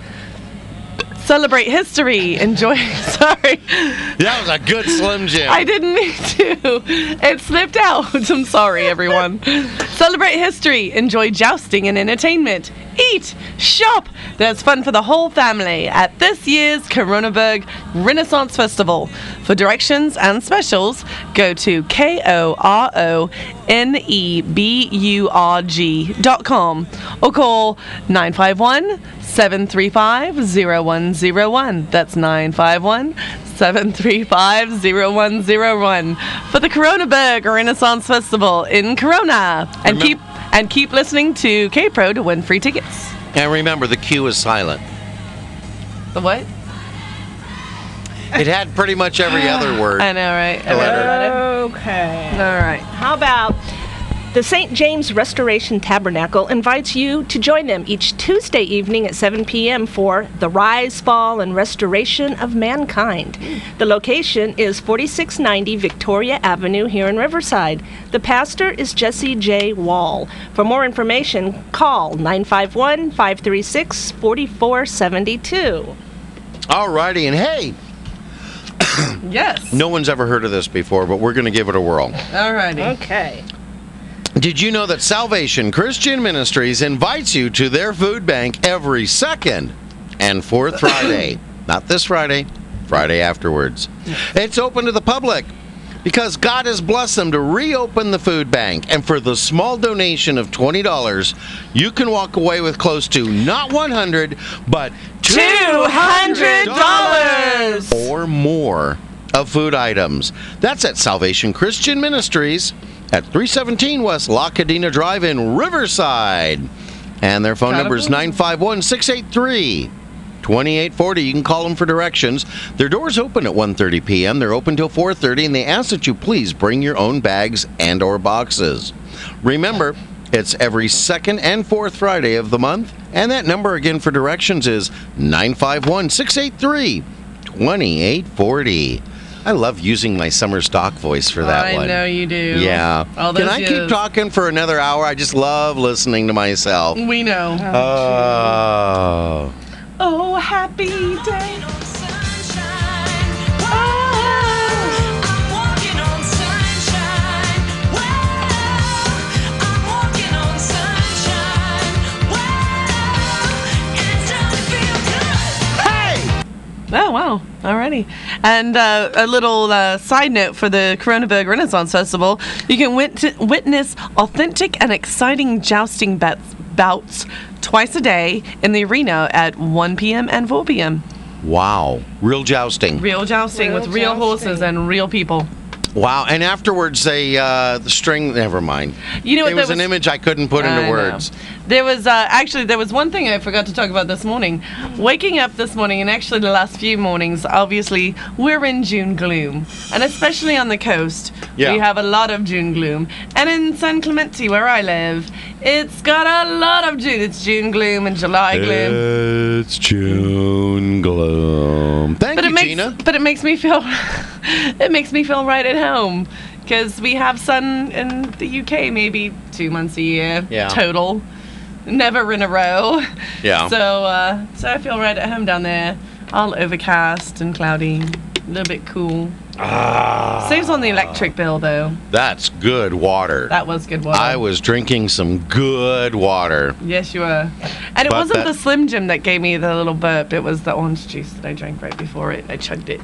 Speaker 4: Celebrate history. Enjoy. <laughs> Sorry.
Speaker 2: That was a good Slim Jim.
Speaker 4: I didn't mean to. It slipped out. <laughs> I'm sorry, everyone. Celebrate history, enjoy jousting and entertainment, eat, shop. There's fun for the whole family at this year's Coronaburg Renaissance Festival. For directions and specials, go to K O R O N E B U R G dot com or call 951 735 0101. That's 951 735-0101 for the Coronaburg Renaissance Festival in Corona. And keep and keep listening to K Pro to win free tickets.
Speaker 2: And remember, the cue is silent.
Speaker 4: The what?
Speaker 2: It had pretty
Speaker 4: <sighs>
Speaker 2: much
Speaker 4: Uh,
Speaker 2: every other word.
Speaker 4: I know, right?
Speaker 2: A letter.
Speaker 4: Everybody?
Speaker 7: Okay.
Speaker 4: All right.
Speaker 7: How about The St. James Restoration Tabernacle invites you to join them each Tuesday evening at 7 p.m. for The Rise, Fall, and Restoration of Mankind. The location is 4690 Victoria Avenue here in Riverside. The pastor is Jesse J. Wall. For more information, call 951 536 4472.
Speaker 2: All righty, and hey,
Speaker 4: Yes.
Speaker 2: no one's ever heard of this before, but we're going to give it a whirl.
Speaker 4: All righty.
Speaker 7: Okay.
Speaker 2: Did you know that Salvation Christian Ministries invites you to their food bank every second and fourth Friday? Not this Friday, Friday afterwards. It's open to the public because God has blessed them to reopen the food bank. And for the small donation of $20, you can walk away with close to not 100 but
Speaker 4: $200.
Speaker 2: or more of food items. That's at Salvation Christian Ministries at 317 West La Cadena Drive in Riverside. And their phone
Speaker 17: Gotta
Speaker 2: number is
Speaker 17: believe.
Speaker 2: 951 683 2840. You can call them for directions. Their doors open at 1:30 p.m. They're open till 4:30 and they ask that you please bring your own bags and or boxes. Remember, it's every second and fourth Friday of the month, and that number again for directions is 951 683 2840. I love using my summer stock voice for that
Speaker 4: I
Speaker 2: one.
Speaker 4: know you do.
Speaker 2: Yeah.
Speaker 4: All
Speaker 2: Can
Speaker 4: those
Speaker 2: I keep
Speaker 4: years.
Speaker 2: talking for another hour? I just love listening to myself.
Speaker 4: We know.
Speaker 2: Uh. Oh.
Speaker 7: Oh, happy day.
Speaker 4: Oh wow! Alrighty, and uh, a little uh, side note for the Coronavirus Renaissance Festival: you can wit- witness authentic and exciting jousting bets- bouts twice a day in the arena at 1 p.m. and 4 p.m.
Speaker 2: Wow. Real jousting.
Speaker 4: Real jousting with real horses and real people.
Speaker 2: Wow. And afterwards, they, uh, the string, never mind.
Speaker 4: You know what
Speaker 2: It
Speaker 4: that
Speaker 2: was an
Speaker 4: was-
Speaker 2: image I couldn't put
Speaker 4: I
Speaker 2: into
Speaker 4: know.
Speaker 2: words.
Speaker 4: There was uh, actually there was one thing I forgot to talk about this morning. Waking up this morning, and actually the last few mornings, obviously we're in June gloom, and especially on the coast,
Speaker 18: Yeah.
Speaker 4: we have a lot of June gloom. And in San Clemente, where I live, it's got a lot of June. It's June gloom and July
Speaker 2: Uh,
Speaker 4: gloom.
Speaker 2: It's June gloom. Thank
Speaker 4: but
Speaker 2: you,
Speaker 4: it makes,
Speaker 2: Gina.
Speaker 4: But it makes me feel, <laughs> it makes me feel right at home because we have sun in the UK maybe two months a year
Speaker 2: Yeah.
Speaker 4: total, never in a row.
Speaker 2: Yeah.
Speaker 4: So, uh, so I feel right at home down there. All overcast and cloudy, a little bit cool.
Speaker 2: Ah,
Speaker 4: Saves on the electric bill though.
Speaker 2: that's good water.
Speaker 4: That was good water.
Speaker 2: I was drinking some good water.
Speaker 4: Yes, you were. And it
Speaker 2: But
Speaker 4: wasn't
Speaker 2: that-
Speaker 4: the Slim Jim that gave me the little burp. It was the orange juice that I drank right before it. I chugged it.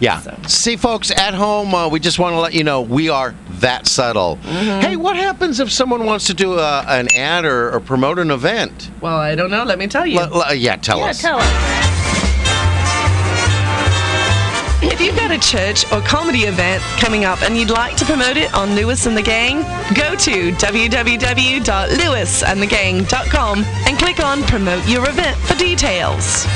Speaker 2: Yeah. See, folks at home, uh, we just want to let you know we are that subtle.
Speaker 4: Mm-hmm.
Speaker 2: Hey, what happens if someone wants to do a, an ad or, or promote an event?
Speaker 4: Well, I don't know. Let me tell you.
Speaker 2: L- l- yeah, tell us.
Speaker 18: If you've got a church or comedy event coming up and you'd like to promote it on Lewis and the Gang, go to www.lewisandthegang.com and click on Promote Your Event for details.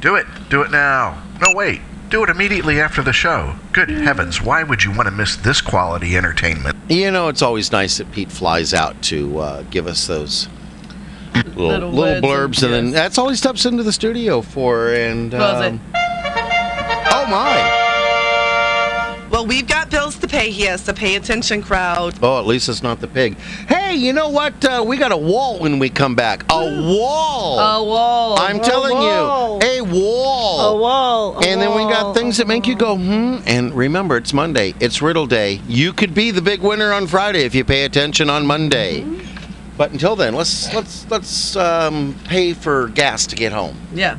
Speaker 8: Do it. Do it now. No, wait. Do it immediately after the show. Good heavens, why would you want to miss this quality entertainment?
Speaker 2: You know, it's always nice that Pete flies out to uh, give us those little,
Speaker 8: Little
Speaker 2: little,
Speaker 8: words
Speaker 2: blurbs, and then that's all he steps into the studio for. And um, oh my!
Speaker 18: Well, we've got bills to pay here, so pay attention, crowd.
Speaker 2: Oh, at least it's not the pig. Hey, you know what? Uh, we got a wall when we come back. A wall.
Speaker 4: A wall.
Speaker 2: I'm
Speaker 4: A
Speaker 2: telling
Speaker 4: wall.
Speaker 2: you, a wall.
Speaker 4: A wall. A
Speaker 2: and then we got things that make you go hmm. And remember, it's Monday. It's Riddle Day. You could be the big winner on Friday if you pay attention on Monday. But until then, let's let's let's um, pay for gas to get home.
Speaker 4: Yeah.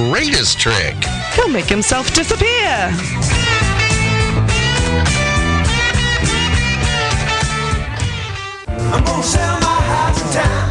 Speaker 17: greatest trick.
Speaker 1: He'll make himself disappear.
Speaker 5: I'm gonna sell my house in town.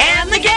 Speaker 1: And the gang!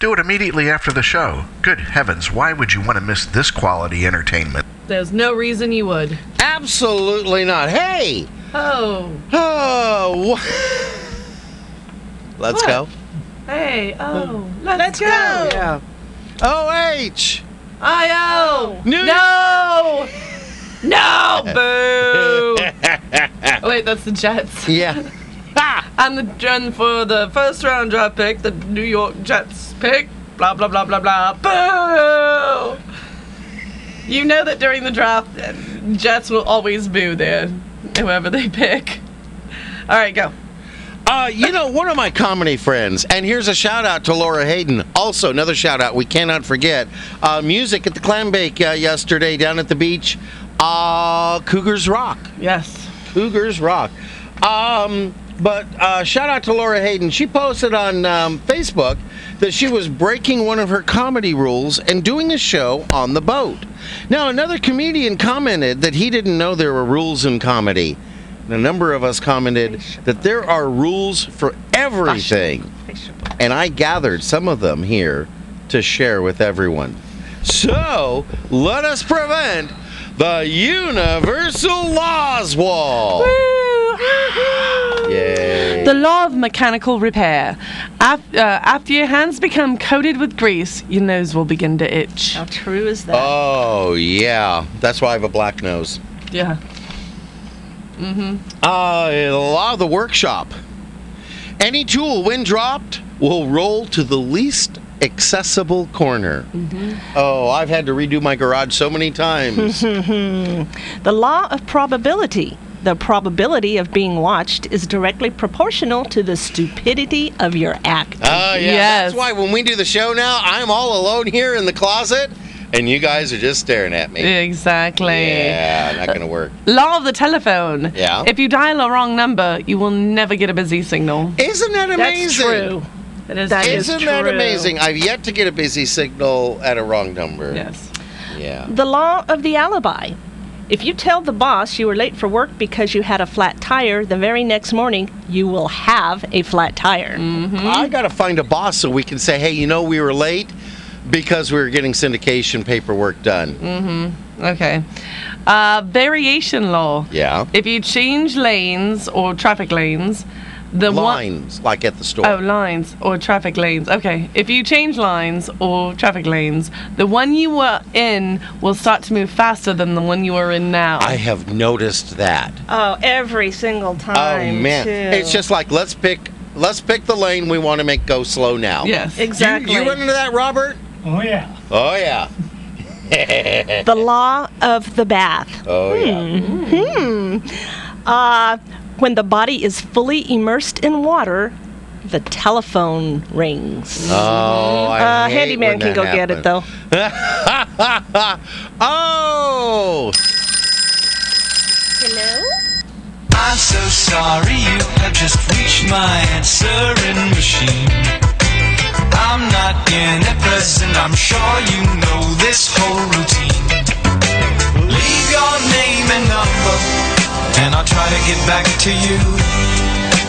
Speaker 8: Do it immediately after the show. Good heavens, why would you want to miss this quality entertainment?
Speaker 4: There's no reason you would.
Speaker 2: Absolutely not. Hey!
Speaker 4: Oh,
Speaker 2: Oh! Let's
Speaker 4: What?
Speaker 2: go.
Speaker 4: hey, oh, let's, go.
Speaker 2: Yeah. OH!
Speaker 4: I oh.
Speaker 2: No!
Speaker 4: No! No!
Speaker 2: <laughs>
Speaker 4: Boo! oh, wait, that's the Jets.
Speaker 2: Yeah.
Speaker 4: <laughs> And the and for the first round draft pick, the New York Jets pick. Blah blah blah blah blah. Boo! You know that during the draft, uh, Jets will always boo their whoever they pick. All right, go.
Speaker 2: Uh, you know, one of my comedy friends, and here's a shout out to Laura Hayden. Also, another shout out we cannot forget. Uh, music at the Clam Bake uh, yesterday down at the beach. Uh, Cougars Rock.
Speaker 4: Yes.
Speaker 2: Cougars Rock. Um, but uh, shout out to Laura Hayden. She posted on um, Facebook that she was breaking one of her comedy rules and doing a show on the boat. Now, another comedian commented that he didn't know there were rules in comedy. And a number of us commented that there are rules for everything. And I gathered some of them here to share with everyone. So, let us prevent the universal laws wall. Yay.
Speaker 4: The law of mechanical repair. Af- uh, after your hands become coated with grease, your nose will begin to itch. How
Speaker 7: true is that?
Speaker 2: Oh yeah, that's why I have a black nose.
Speaker 4: Yeah. Mm-hmm.
Speaker 2: Uh, the law of the workshop. Any tool, when dropped, will roll to the least accessible corner.
Speaker 4: Mm-hmm.
Speaker 2: Oh, I've had to redo my garage so
Speaker 4: <laughs>
Speaker 2: many times.
Speaker 7: the law of probability. The probability of being watched is directly proportional to the stupidity of your act.
Speaker 8: Ah.
Speaker 2: Oh yeah, that's why when we do the show now, I'm all alone here in the closet, and you guys are just staring at me.
Speaker 4: Exactly.
Speaker 2: Yeah, not gonna work.
Speaker 4: Law of the telephone.
Speaker 2: Yeah.
Speaker 4: If you dial a wrong number, you will never get a busy signal.
Speaker 2: Isn't that amazing?
Speaker 4: Uh, That's true. That is, that is
Speaker 2: Isn't that
Speaker 4: true.
Speaker 2: amazing? I've yet to get a busy signal at a wrong number.
Speaker 4: Yes.
Speaker 2: Yeah.
Speaker 7: The law of the alibi. If you tell the boss you were late for work because you had a flat tire, the very next morning you will have a flat tire.
Speaker 8: Mm.
Speaker 2: I got to find a boss so we can say, hey, you know, we were late because we were getting syndication paperwork done.
Speaker 4: Mm-hmm. Okay. Uh, variation law.
Speaker 2: Yeah.
Speaker 4: If you change lanes or traffic lanes, The one-
Speaker 8: lines, like at the store.
Speaker 4: Oh, lines or traffic lanes. Okay. If you change lines or traffic lanes, the one you were in will start to move faster than the one you are in now.
Speaker 8: I have noticed that.
Speaker 7: Oh, every single time.
Speaker 8: oh man,
Speaker 7: too.
Speaker 8: it's just like let's pick let's pick the lane we want to make go slow now.
Speaker 7: Yes.
Speaker 8: You-
Speaker 7: Exactly.
Speaker 8: You, run into that, Robert?
Speaker 7: Oh yeah.
Speaker 8: Oh yeah.
Speaker 7: The law of the bath.
Speaker 8: Oh yeah.
Speaker 7: Hmm. Uh, when the body is fully immersed in water, the telephone rings.
Speaker 8: Oh, I
Speaker 7: uh,
Speaker 8: hate
Speaker 7: handyman can
Speaker 8: when that
Speaker 7: go get it though.
Speaker 8: oh.
Speaker 17: I'm so sorry you have just reached my answering machine. I'm not in at present, I'm sure you know this whole routine. Leave your name and number, and I'll try to get back to you.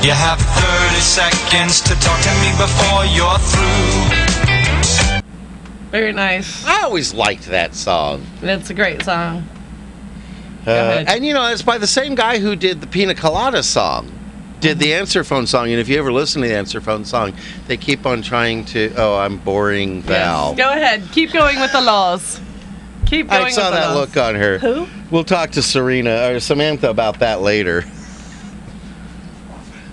Speaker 17: You have 30 seconds to talk to me before you're through.
Speaker 4: Very nice.
Speaker 8: I always liked that song.
Speaker 4: That's a great song.
Speaker 8: Uh, and you know, it's by the same guy who did the Pina Colada song, did the answer phone song. And if you ever listen to the answer phone song, they keep on trying to. Oh, I'm boring Val.
Speaker 4: Go ahead. Keep going with the laws. Keep going
Speaker 8: I saw
Speaker 4: with the
Speaker 8: that
Speaker 4: laws.
Speaker 8: look on her.
Speaker 4: Who?
Speaker 8: We'll talk to Serena or Samantha about that later.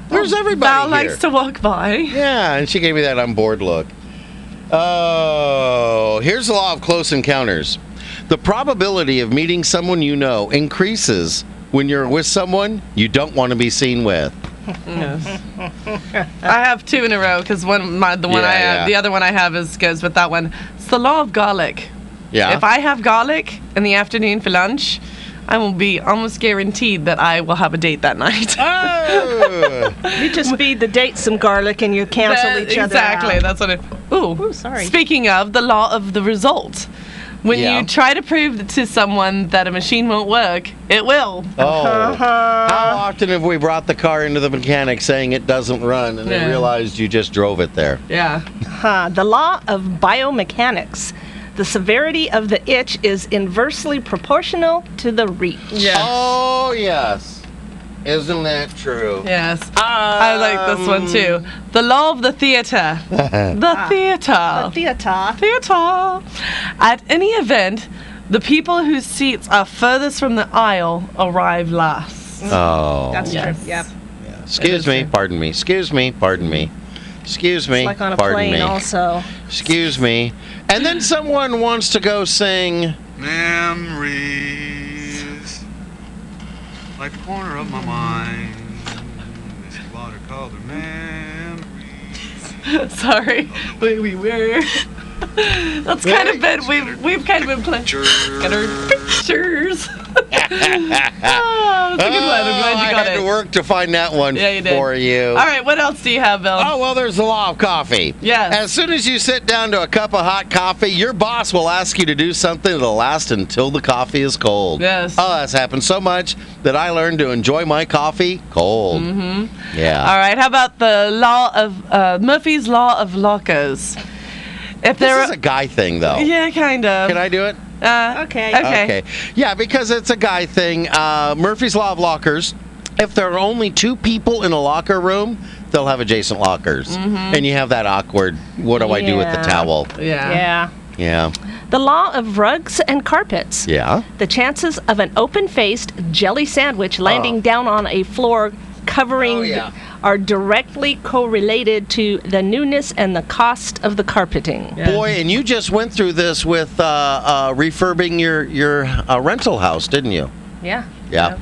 Speaker 8: Where's everybody?
Speaker 4: Val
Speaker 8: here?
Speaker 4: likes to walk by.
Speaker 8: Yeah, and she gave me that on board look. Oh, here's the law of close encounters. The probability of meeting someone you know increases when you're with someone you don't want to be seen with.
Speaker 4: Yes. I have two in a row because one, my, the one
Speaker 8: Yeah,
Speaker 4: I have,
Speaker 8: yeah.
Speaker 4: the other one I have is goes with that one. It's the law of garlic.
Speaker 8: Yeah.
Speaker 4: If I have garlic in the afternoon for lunch, I will be almost guaranteed that I will have a date that night.
Speaker 7: you just feed the date some garlic and you cancel
Speaker 4: That-
Speaker 7: each other.
Speaker 4: Exactly.
Speaker 7: out.
Speaker 4: That's what it. Ooh.
Speaker 7: sorry.
Speaker 4: Speaking of the law of the result, when
Speaker 8: Yeah.
Speaker 4: you try to prove to someone that a machine won't work, it will. <laughs>
Speaker 8: Oh,
Speaker 4: Uh-huh.
Speaker 8: how often have we brought the car into the mechanic saying it doesn't run and
Speaker 7: Yeah.
Speaker 8: they realized you just drove it there?
Speaker 4: Yeah.
Speaker 7: Huh. The law of biomechanics. The severity of the itch is inversely proportional to the reach.
Speaker 8: Oh, yes. Isn't that true?
Speaker 4: Yes. Um, I like this one too. The law of the
Speaker 8: <laughs>
Speaker 4: theater. the
Speaker 7: Uh,
Speaker 4: theater. The
Speaker 7: theater.
Speaker 4: Theater. At any event, the people whose seats are furthest from the aisle arrive last. <laughs>
Speaker 8: Oh.
Speaker 4: true.
Speaker 7: Yep.
Speaker 8: Excuse me, pardon me. Excuse me, pardon me. Excuse me,
Speaker 7: It's like on a
Speaker 8: pardon
Speaker 7: plane
Speaker 8: me.
Speaker 7: also.
Speaker 8: Excuse me. And then someone wants to go sing.
Speaker 19: Memories, like the corner of my mind. This watercolor memories.
Speaker 4: Sorry, we, we were. That's kind of been we've we've kind of been playing. Got our pictures. <laughs> Ah,
Speaker 8: oh,
Speaker 4: that's a good one. I'm glad you
Speaker 8: I
Speaker 4: got
Speaker 8: had
Speaker 4: it.
Speaker 8: to work to find that one
Speaker 4: Yeah, you did.
Speaker 8: for you.
Speaker 4: All right, what else do you have, Bill?
Speaker 8: Oh well, there's the law of coffee.
Speaker 4: Yes.
Speaker 8: As soon as you sit down to a cup of hot coffee, your boss will ask you to do something that'll last until the coffee is cold.
Speaker 4: Yes.
Speaker 8: Oh, that's happened so much that I learned to enjoy my coffee cold.
Speaker 4: Mm-hmm.
Speaker 8: Yeah.
Speaker 4: All right. How about the law of uh, Murphy's law of lockers? If there
Speaker 8: This is a guy thing, though.
Speaker 4: Yeah, kind of.
Speaker 8: Can I do it?
Speaker 4: Uh, okay. Okay.
Speaker 8: Yeah, because it's a guy thing. Uh, Murphy's Law of Lockers. If there are only two people in a locker room, they'll have adjacent lockers.
Speaker 4: Mm-hmm.
Speaker 7: Mhm.
Speaker 8: And you have that awkward, what do I do with the
Speaker 7: Yeah.
Speaker 8: towel?
Speaker 7: Yeah.
Speaker 8: Yeah.
Speaker 7: The law of rugs and carpets.
Speaker 8: Yeah.
Speaker 7: The chances of an open faced jelly sandwich landing
Speaker 8: Oh.
Speaker 7: down on a floor covering
Speaker 8: yeah.
Speaker 7: are directly correlated to the newness and the cost of the carpeting.
Speaker 8: Boy, and you just went through this with uh, uh, refurbing your, your uh, rental house, didn't you?
Speaker 7: Yeah.
Speaker 8: Yeah.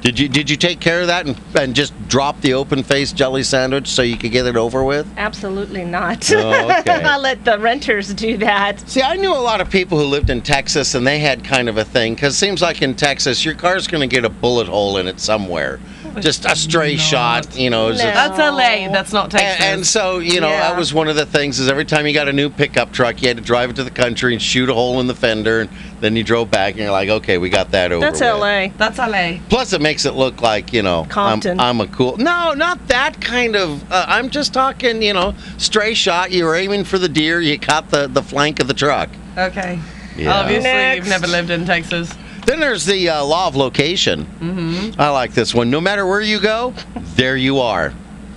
Speaker 8: Did you did you take care of that and, and just drop the open faced jelly sandwich so you could get it over with?
Speaker 7: Absolutely not.
Speaker 8: Oh,
Speaker 7: <laughs>
Speaker 8: okay.
Speaker 7: I let the renters do that.
Speaker 8: See, I knew a lot of people who lived in Texas, and they had kind of a thing because seems like in Texas, your car's going to get a bullet hole in it somewhere, just a stray shot, you know. is it-
Speaker 4: That's LA. That's not Texas.
Speaker 8: and so, you know, that was one of the things is every time you got a new pickup truck, you had to drive it to the country and shoot a hole in the fender, and then you drove back, and you're like, okay, we got that over.
Speaker 7: That's
Speaker 8: with.
Speaker 7: LA.
Speaker 4: That's LA.
Speaker 8: Plus, it makes it look like you know I'm,
Speaker 7: Compton.
Speaker 8: I'm a cool. No, not that kind of. Uh, I'm just talking, you know, stray shot. You were aiming for the deer. You caught the the flank of the truck.
Speaker 4: Okay.
Speaker 8: Yeah.
Speaker 4: Obviously,
Speaker 8: Next.
Speaker 4: you've never lived in Texas.
Speaker 8: Then there's the uh, law of location.
Speaker 4: Mm-hmm.
Speaker 8: I like this one. No matter where you go, there you are.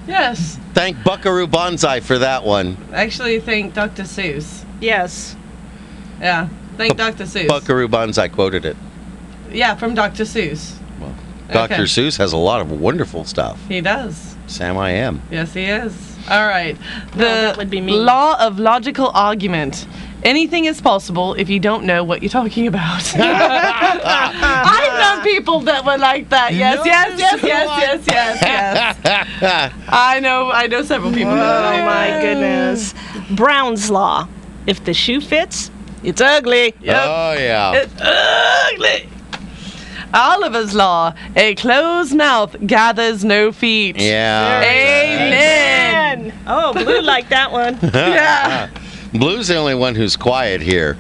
Speaker 4: Yes.
Speaker 2: Thank Buckaroo Banzai for that one.
Speaker 4: Actually, thank Dr. Seuss.
Speaker 7: Yes.
Speaker 4: Yeah. Thank Dr. Seuss.
Speaker 2: Buckaroo Banzai quoted it.
Speaker 4: Yeah, from Dr. Seuss.
Speaker 2: Dr.
Speaker 4: Okay.
Speaker 2: Seuss has a lot of wonderful stuff.
Speaker 4: He does.
Speaker 2: Sam, I am.
Speaker 4: Yes, he is. All right. The law of logical argument. Anything is possible if you don't know what you're talking about.
Speaker 7: <laughs>
Speaker 4: I've known people that were like that. Yes,
Speaker 18: No,
Speaker 4: yes, yes,
Speaker 18: so
Speaker 4: yes, yes, yes, yes.
Speaker 7: <laughs>
Speaker 4: I know. I know several people. That
Speaker 7: Oh my goodness. Brown's Law. If the shoe fits, it's ugly.
Speaker 2: Oh, yeah.
Speaker 4: It's ugly. Oliver's Law. A closed mouth gathers no feet.
Speaker 2: Yeah.
Speaker 4: Amen.
Speaker 7: Oh, blue like that
Speaker 8: <laughs>
Speaker 7: one.
Speaker 4: yeah.
Speaker 2: Blue's the only one who's quiet here.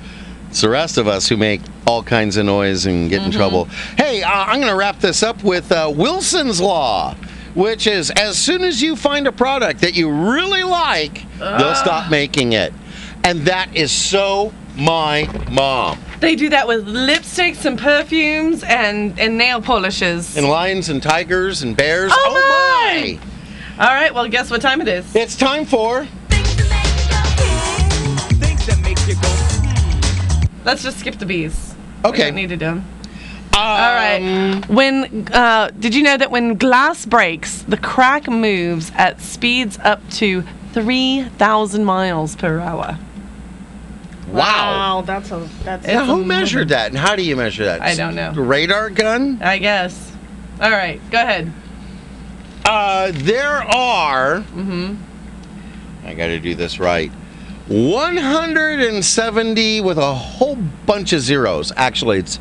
Speaker 2: It's the rest of us who make all kinds of noise and get
Speaker 4: Mm-hmm.
Speaker 2: in trouble. Hey, uh, I'm going to wrap this up with uh, Wilson's Law, which is as soon as you find a product that you really like, they'll
Speaker 4: Ah.
Speaker 2: stop making it. And that is so my mom.
Speaker 4: They do that with lipsticks and perfumes and, and nail polishes.
Speaker 2: And lions and tigers and bears.
Speaker 4: Oh my! All right, well, guess what time it is?
Speaker 2: It's time for.
Speaker 4: Let's just skip the bees.
Speaker 2: Okay. Um,
Speaker 4: We don't need to do them. All right. When uh, did you know that when glass breaks, the crack moves at speeds up to three thousand miles per hour?
Speaker 2: Wow.
Speaker 7: Wow, that's a that's
Speaker 2: And who measured that? And how do you measure that?
Speaker 4: I don't know.
Speaker 2: Radar gun?
Speaker 4: I guess. All right, go ahead.
Speaker 2: Uh, there are. I got to do this right. 170 with a whole bunch of zeros. Actually, it's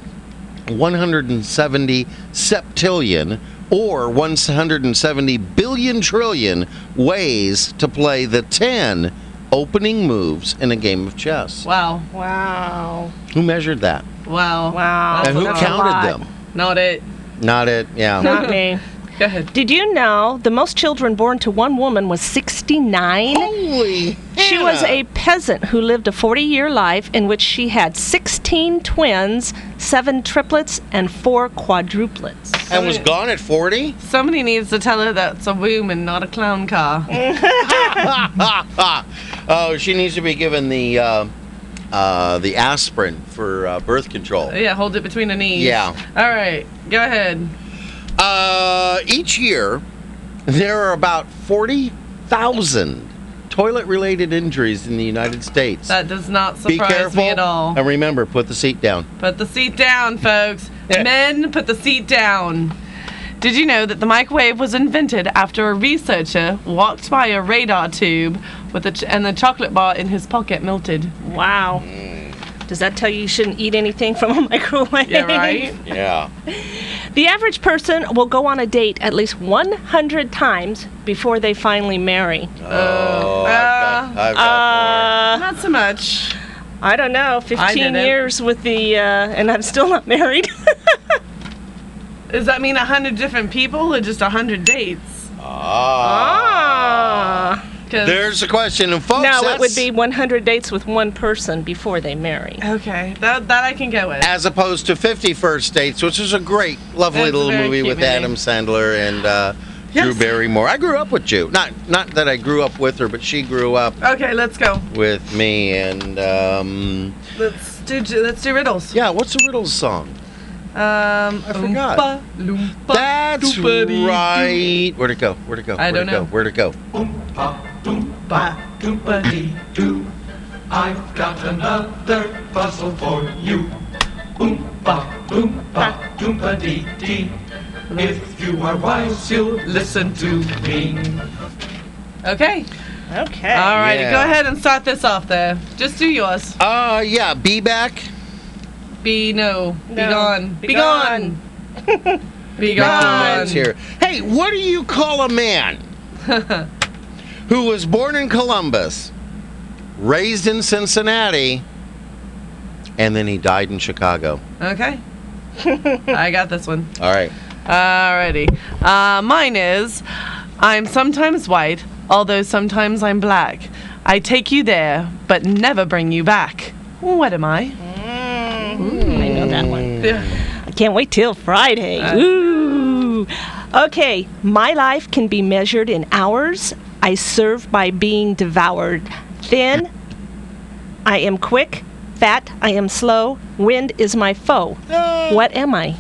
Speaker 2: 170 septillion or 170 billion trillion ways to play the 10 opening moves in a game of chess.
Speaker 4: Wow.
Speaker 7: Wow.
Speaker 2: Who measured that?
Speaker 4: Wow. Wow.
Speaker 2: and who counted them?
Speaker 4: Not it.
Speaker 2: Not it. Yeah.
Speaker 7: Not me.
Speaker 4: Go ahead.
Speaker 7: Did you know the most children born to one woman was 69?
Speaker 2: Holy!
Speaker 7: She
Speaker 2: Hannah.
Speaker 7: was a peasant who lived a 40 year life in which she had 16 twins, seven triplets, and four quadruplets.
Speaker 2: And was gone at 40?
Speaker 4: Somebody needs to tell her that's a womb and not a clown car.
Speaker 2: oh, she needs to be given the uh, uh, the aspirin for uh, birth control.
Speaker 4: yeah, hold it between the knees.
Speaker 2: Yeah.
Speaker 4: All right, go ahead.
Speaker 2: Uh, each year, there are about forty thousand toilet-related injuries in the United States.
Speaker 4: That does not
Speaker 2: be
Speaker 4: surprise
Speaker 2: careful
Speaker 4: me at all.
Speaker 2: and remember, put the seat down.
Speaker 4: Put the seat down, folks. Men, put the seat down. Did you know that the microwave was invented after a researcher walked by a radar tube with a ch- and the chocolate bar in his pocket melted?
Speaker 7: Wow. Does that tell you you shouldn't eat anything from a <laughs> microwave?
Speaker 4: Yeah, right?
Speaker 2: Yeah.
Speaker 7: The average person will go on a date at least 100 times before they finally marry.
Speaker 2: Oh, I've got, I've got
Speaker 7: Uh,
Speaker 4: Not so much.
Speaker 7: I don't know.
Speaker 4: I
Speaker 7: 15
Speaker 4: didn't.
Speaker 7: years with the, uh, and I'm still not <laughs> married.
Speaker 4: Does that mean a hundred different people or just a hundred dates?
Speaker 2: more. Ah.
Speaker 4: 'Cause-
Speaker 2: There's the question, and folks.
Speaker 7: no, it would
Speaker 2: that's-
Speaker 7: be 100 dates with one person before they marry.
Speaker 4: okay, that, that I can go with.
Speaker 2: as opposed to 50 First Dates, which is a great, lovely
Speaker 4: It's a
Speaker 2: little
Speaker 4: very
Speaker 2: movie
Speaker 4: cute
Speaker 2: with
Speaker 4: movie.
Speaker 2: Adam Sandler and uh, Drew
Speaker 4: Yes.
Speaker 2: Barrymore. I grew up with Drew. Not not that I grew up with her, but she grew up
Speaker 4: Okay, let's go.
Speaker 2: with me. And um,
Speaker 4: Let's do let's do riddles.
Speaker 2: yeah, what's the Riddles song?
Speaker 4: Um,
Speaker 2: I forgot. That's right. Where'd it go? Where'd it go?
Speaker 4: I
Speaker 2: Where'd
Speaker 4: don't
Speaker 2: it go?
Speaker 4: know.
Speaker 2: Where'd it go?
Speaker 5: I've got another puzzle for you. Oompa, oompa, doompa dee dee. If you are wise, you'll listen to me.
Speaker 4: Okay.
Speaker 7: Okay.
Speaker 4: All right,
Speaker 2: Yeah.
Speaker 4: go ahead and start this off there. Just do yours.
Speaker 2: Uh, yeah, Be Back.
Speaker 4: Be no. Be gone.
Speaker 7: Be
Speaker 4: Be gone. <laughs> Be gone.
Speaker 2: That's here. Hey, what do you call a
Speaker 4: <laughs>
Speaker 2: man who was born in Columbus, raised in Cincinnati, and then he died in Chicago?
Speaker 4: Okay.
Speaker 2: <laughs>
Speaker 4: I got this one.
Speaker 2: All right.
Speaker 4: Alrighty. Uh, mine is I'm sometimes white, although sometimes I'm black. I take you there, but never bring you back. What am I?
Speaker 7: I know that one.
Speaker 2: Hmm.
Speaker 7: Uh,
Speaker 4: Yeah.
Speaker 7: I can't wait till Friday. Ooh. Okay, my life can be measured in hours. I serve by being devoured. Thin, I am quick. Fat, I am slow. Wind is my foe. What am I?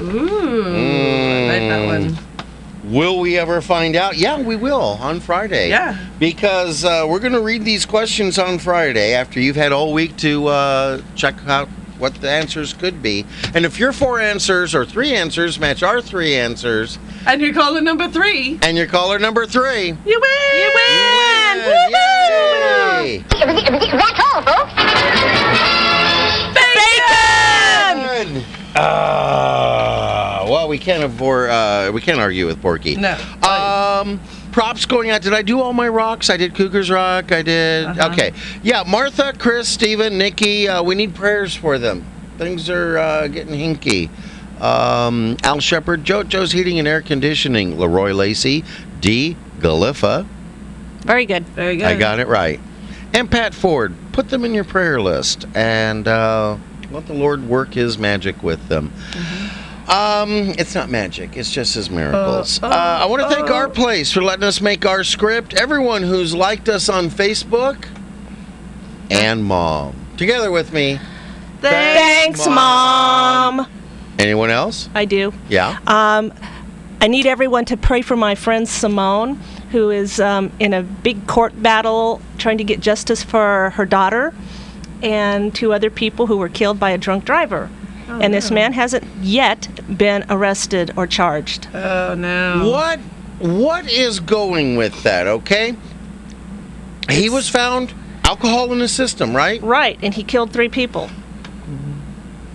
Speaker 4: Ooh, I like that one.
Speaker 8: Will we ever find out? Yeah, we will on Friday.
Speaker 4: Yeah.
Speaker 8: Because uh, we're going to read these questions on Friday after you've had all week to uh, check out what the answers could be. And if your four answers or three answers match our three answers,
Speaker 4: And you're calling number three.
Speaker 8: and your caller number three.
Speaker 4: You win! You win!
Speaker 8: Yay!
Speaker 20: That's all, folks.
Speaker 8: Bacon! Uh, well, we can't avoid, uh, we can't argue with Porky.
Speaker 4: No.
Speaker 8: Um, props going out. Did I do all my rocks? I did Cougars Rock. I did. Okay. Yeah, Martha, Chris, Steven, Nikki. Uh, we need prayers for them. Things are uh, getting hinky. Um, Al Shepard, JoJo's Heating and Air Conditioning, Leroy Lacey, D. Galiffa.
Speaker 21: Very good.
Speaker 4: Very
Speaker 8: I got it right. And Pat Ford, put them in your prayer list and uh, let the Lord work His magic with them. Um, it's not magic; it's just His miracles. Uh, I want to thank our place for letting us make our script. Everyone who's liked us on Facebook and Mom, together with me.
Speaker 7: Thanks, Mom.
Speaker 8: Anyone else?
Speaker 7: I do.
Speaker 8: Yeah.
Speaker 7: Um, I need everyone to pray for my friend Simone, who is um, in a big court battle trying to get justice for her daughter and two other people who were killed by a drunk driver. and this man hasn't yet been arrested or charged.
Speaker 4: Oh no.
Speaker 8: What what is going with that? Okay. He was found alcohol in his system, right?
Speaker 7: Right, and he killed three people.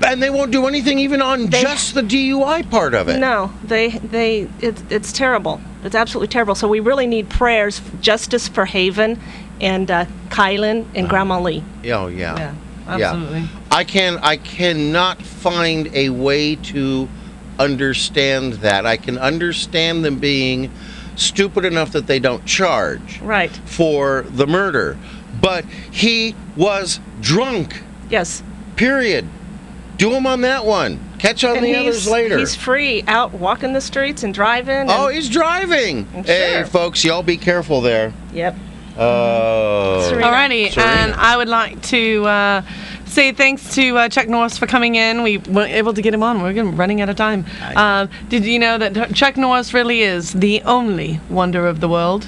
Speaker 8: And they won't do anything even on just the DUI part of it.
Speaker 7: No, they they it's it's terrible. It's absolutely terrible. So we really need prayers, justice for Haven, and uh, Kylan and Grandma Lee.
Speaker 8: Oh yeah.
Speaker 7: Yeah,
Speaker 4: absolutely.
Speaker 8: I can I cannot find a way to understand that. I can understand them being stupid enough that they don't charge
Speaker 7: Right.
Speaker 8: for the murder. But he was drunk.
Speaker 7: Yes.
Speaker 8: Period. Do him on that one. Catch on
Speaker 7: And
Speaker 8: the others
Speaker 7: he's-
Speaker 8: later.
Speaker 7: He's free out walking the streets and driving.
Speaker 8: oh,
Speaker 7: and-
Speaker 8: he's driving.
Speaker 7: sure.
Speaker 8: Hey,
Speaker 7: Mm-hmm.
Speaker 8: folks, y'all be careful there.
Speaker 7: Yep.
Speaker 8: Oh.
Speaker 4: Alrighty,
Speaker 8: Serena.
Speaker 4: and I would like to uh, say thanks to uh, Chuck Norris for coming in. We weren't able to get him on. We're gonna- running out of time. Um, did you know that Chuck Norris really is the only wonder of the world?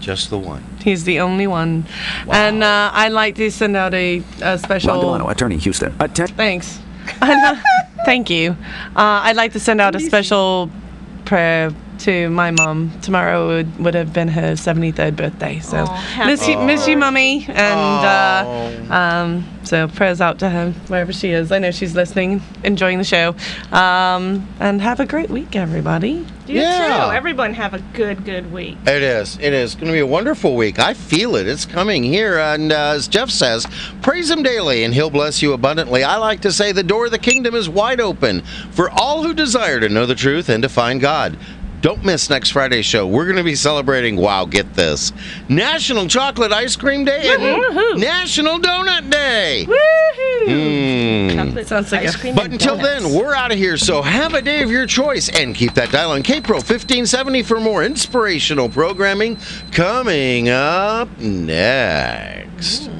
Speaker 8: Just the one.
Speaker 4: He's the only one. And uh, I'd like to send out a, a special.
Speaker 22: Ron Delano, attorney, Houston. Atten-
Speaker 4: Thanks. I'd li- Thank you. Uh, I'd like to send out a special prayer to my mom. Tomorrow would, would have been her 73rd birthday. So miss you, miss you, mummy. And uh, um, so prayers out to her wherever she is. I know she's listening, enjoying the show. Um, and have a great week, everybody.
Speaker 7: You
Speaker 8: Yeah.
Speaker 7: too. Everyone have a good, good week.
Speaker 8: It is. It is going to be a wonderful week. I feel it. It's coming here. And uh, as Jeff says, praise him daily and he'll bless you abundantly. I like to say the door of the kingdom is wide open for all who desire to know the truth and to find God. Don't miss next Friday's show. We're going to be celebrating, wow, get this, National Chocolate Ice Cream Day and National Donut Day. Mm.
Speaker 4: Sounds like a
Speaker 8: But until then, we're out of here. So have a day of your choice and keep that dial on KPRO 1570 for more inspirational programming coming up next.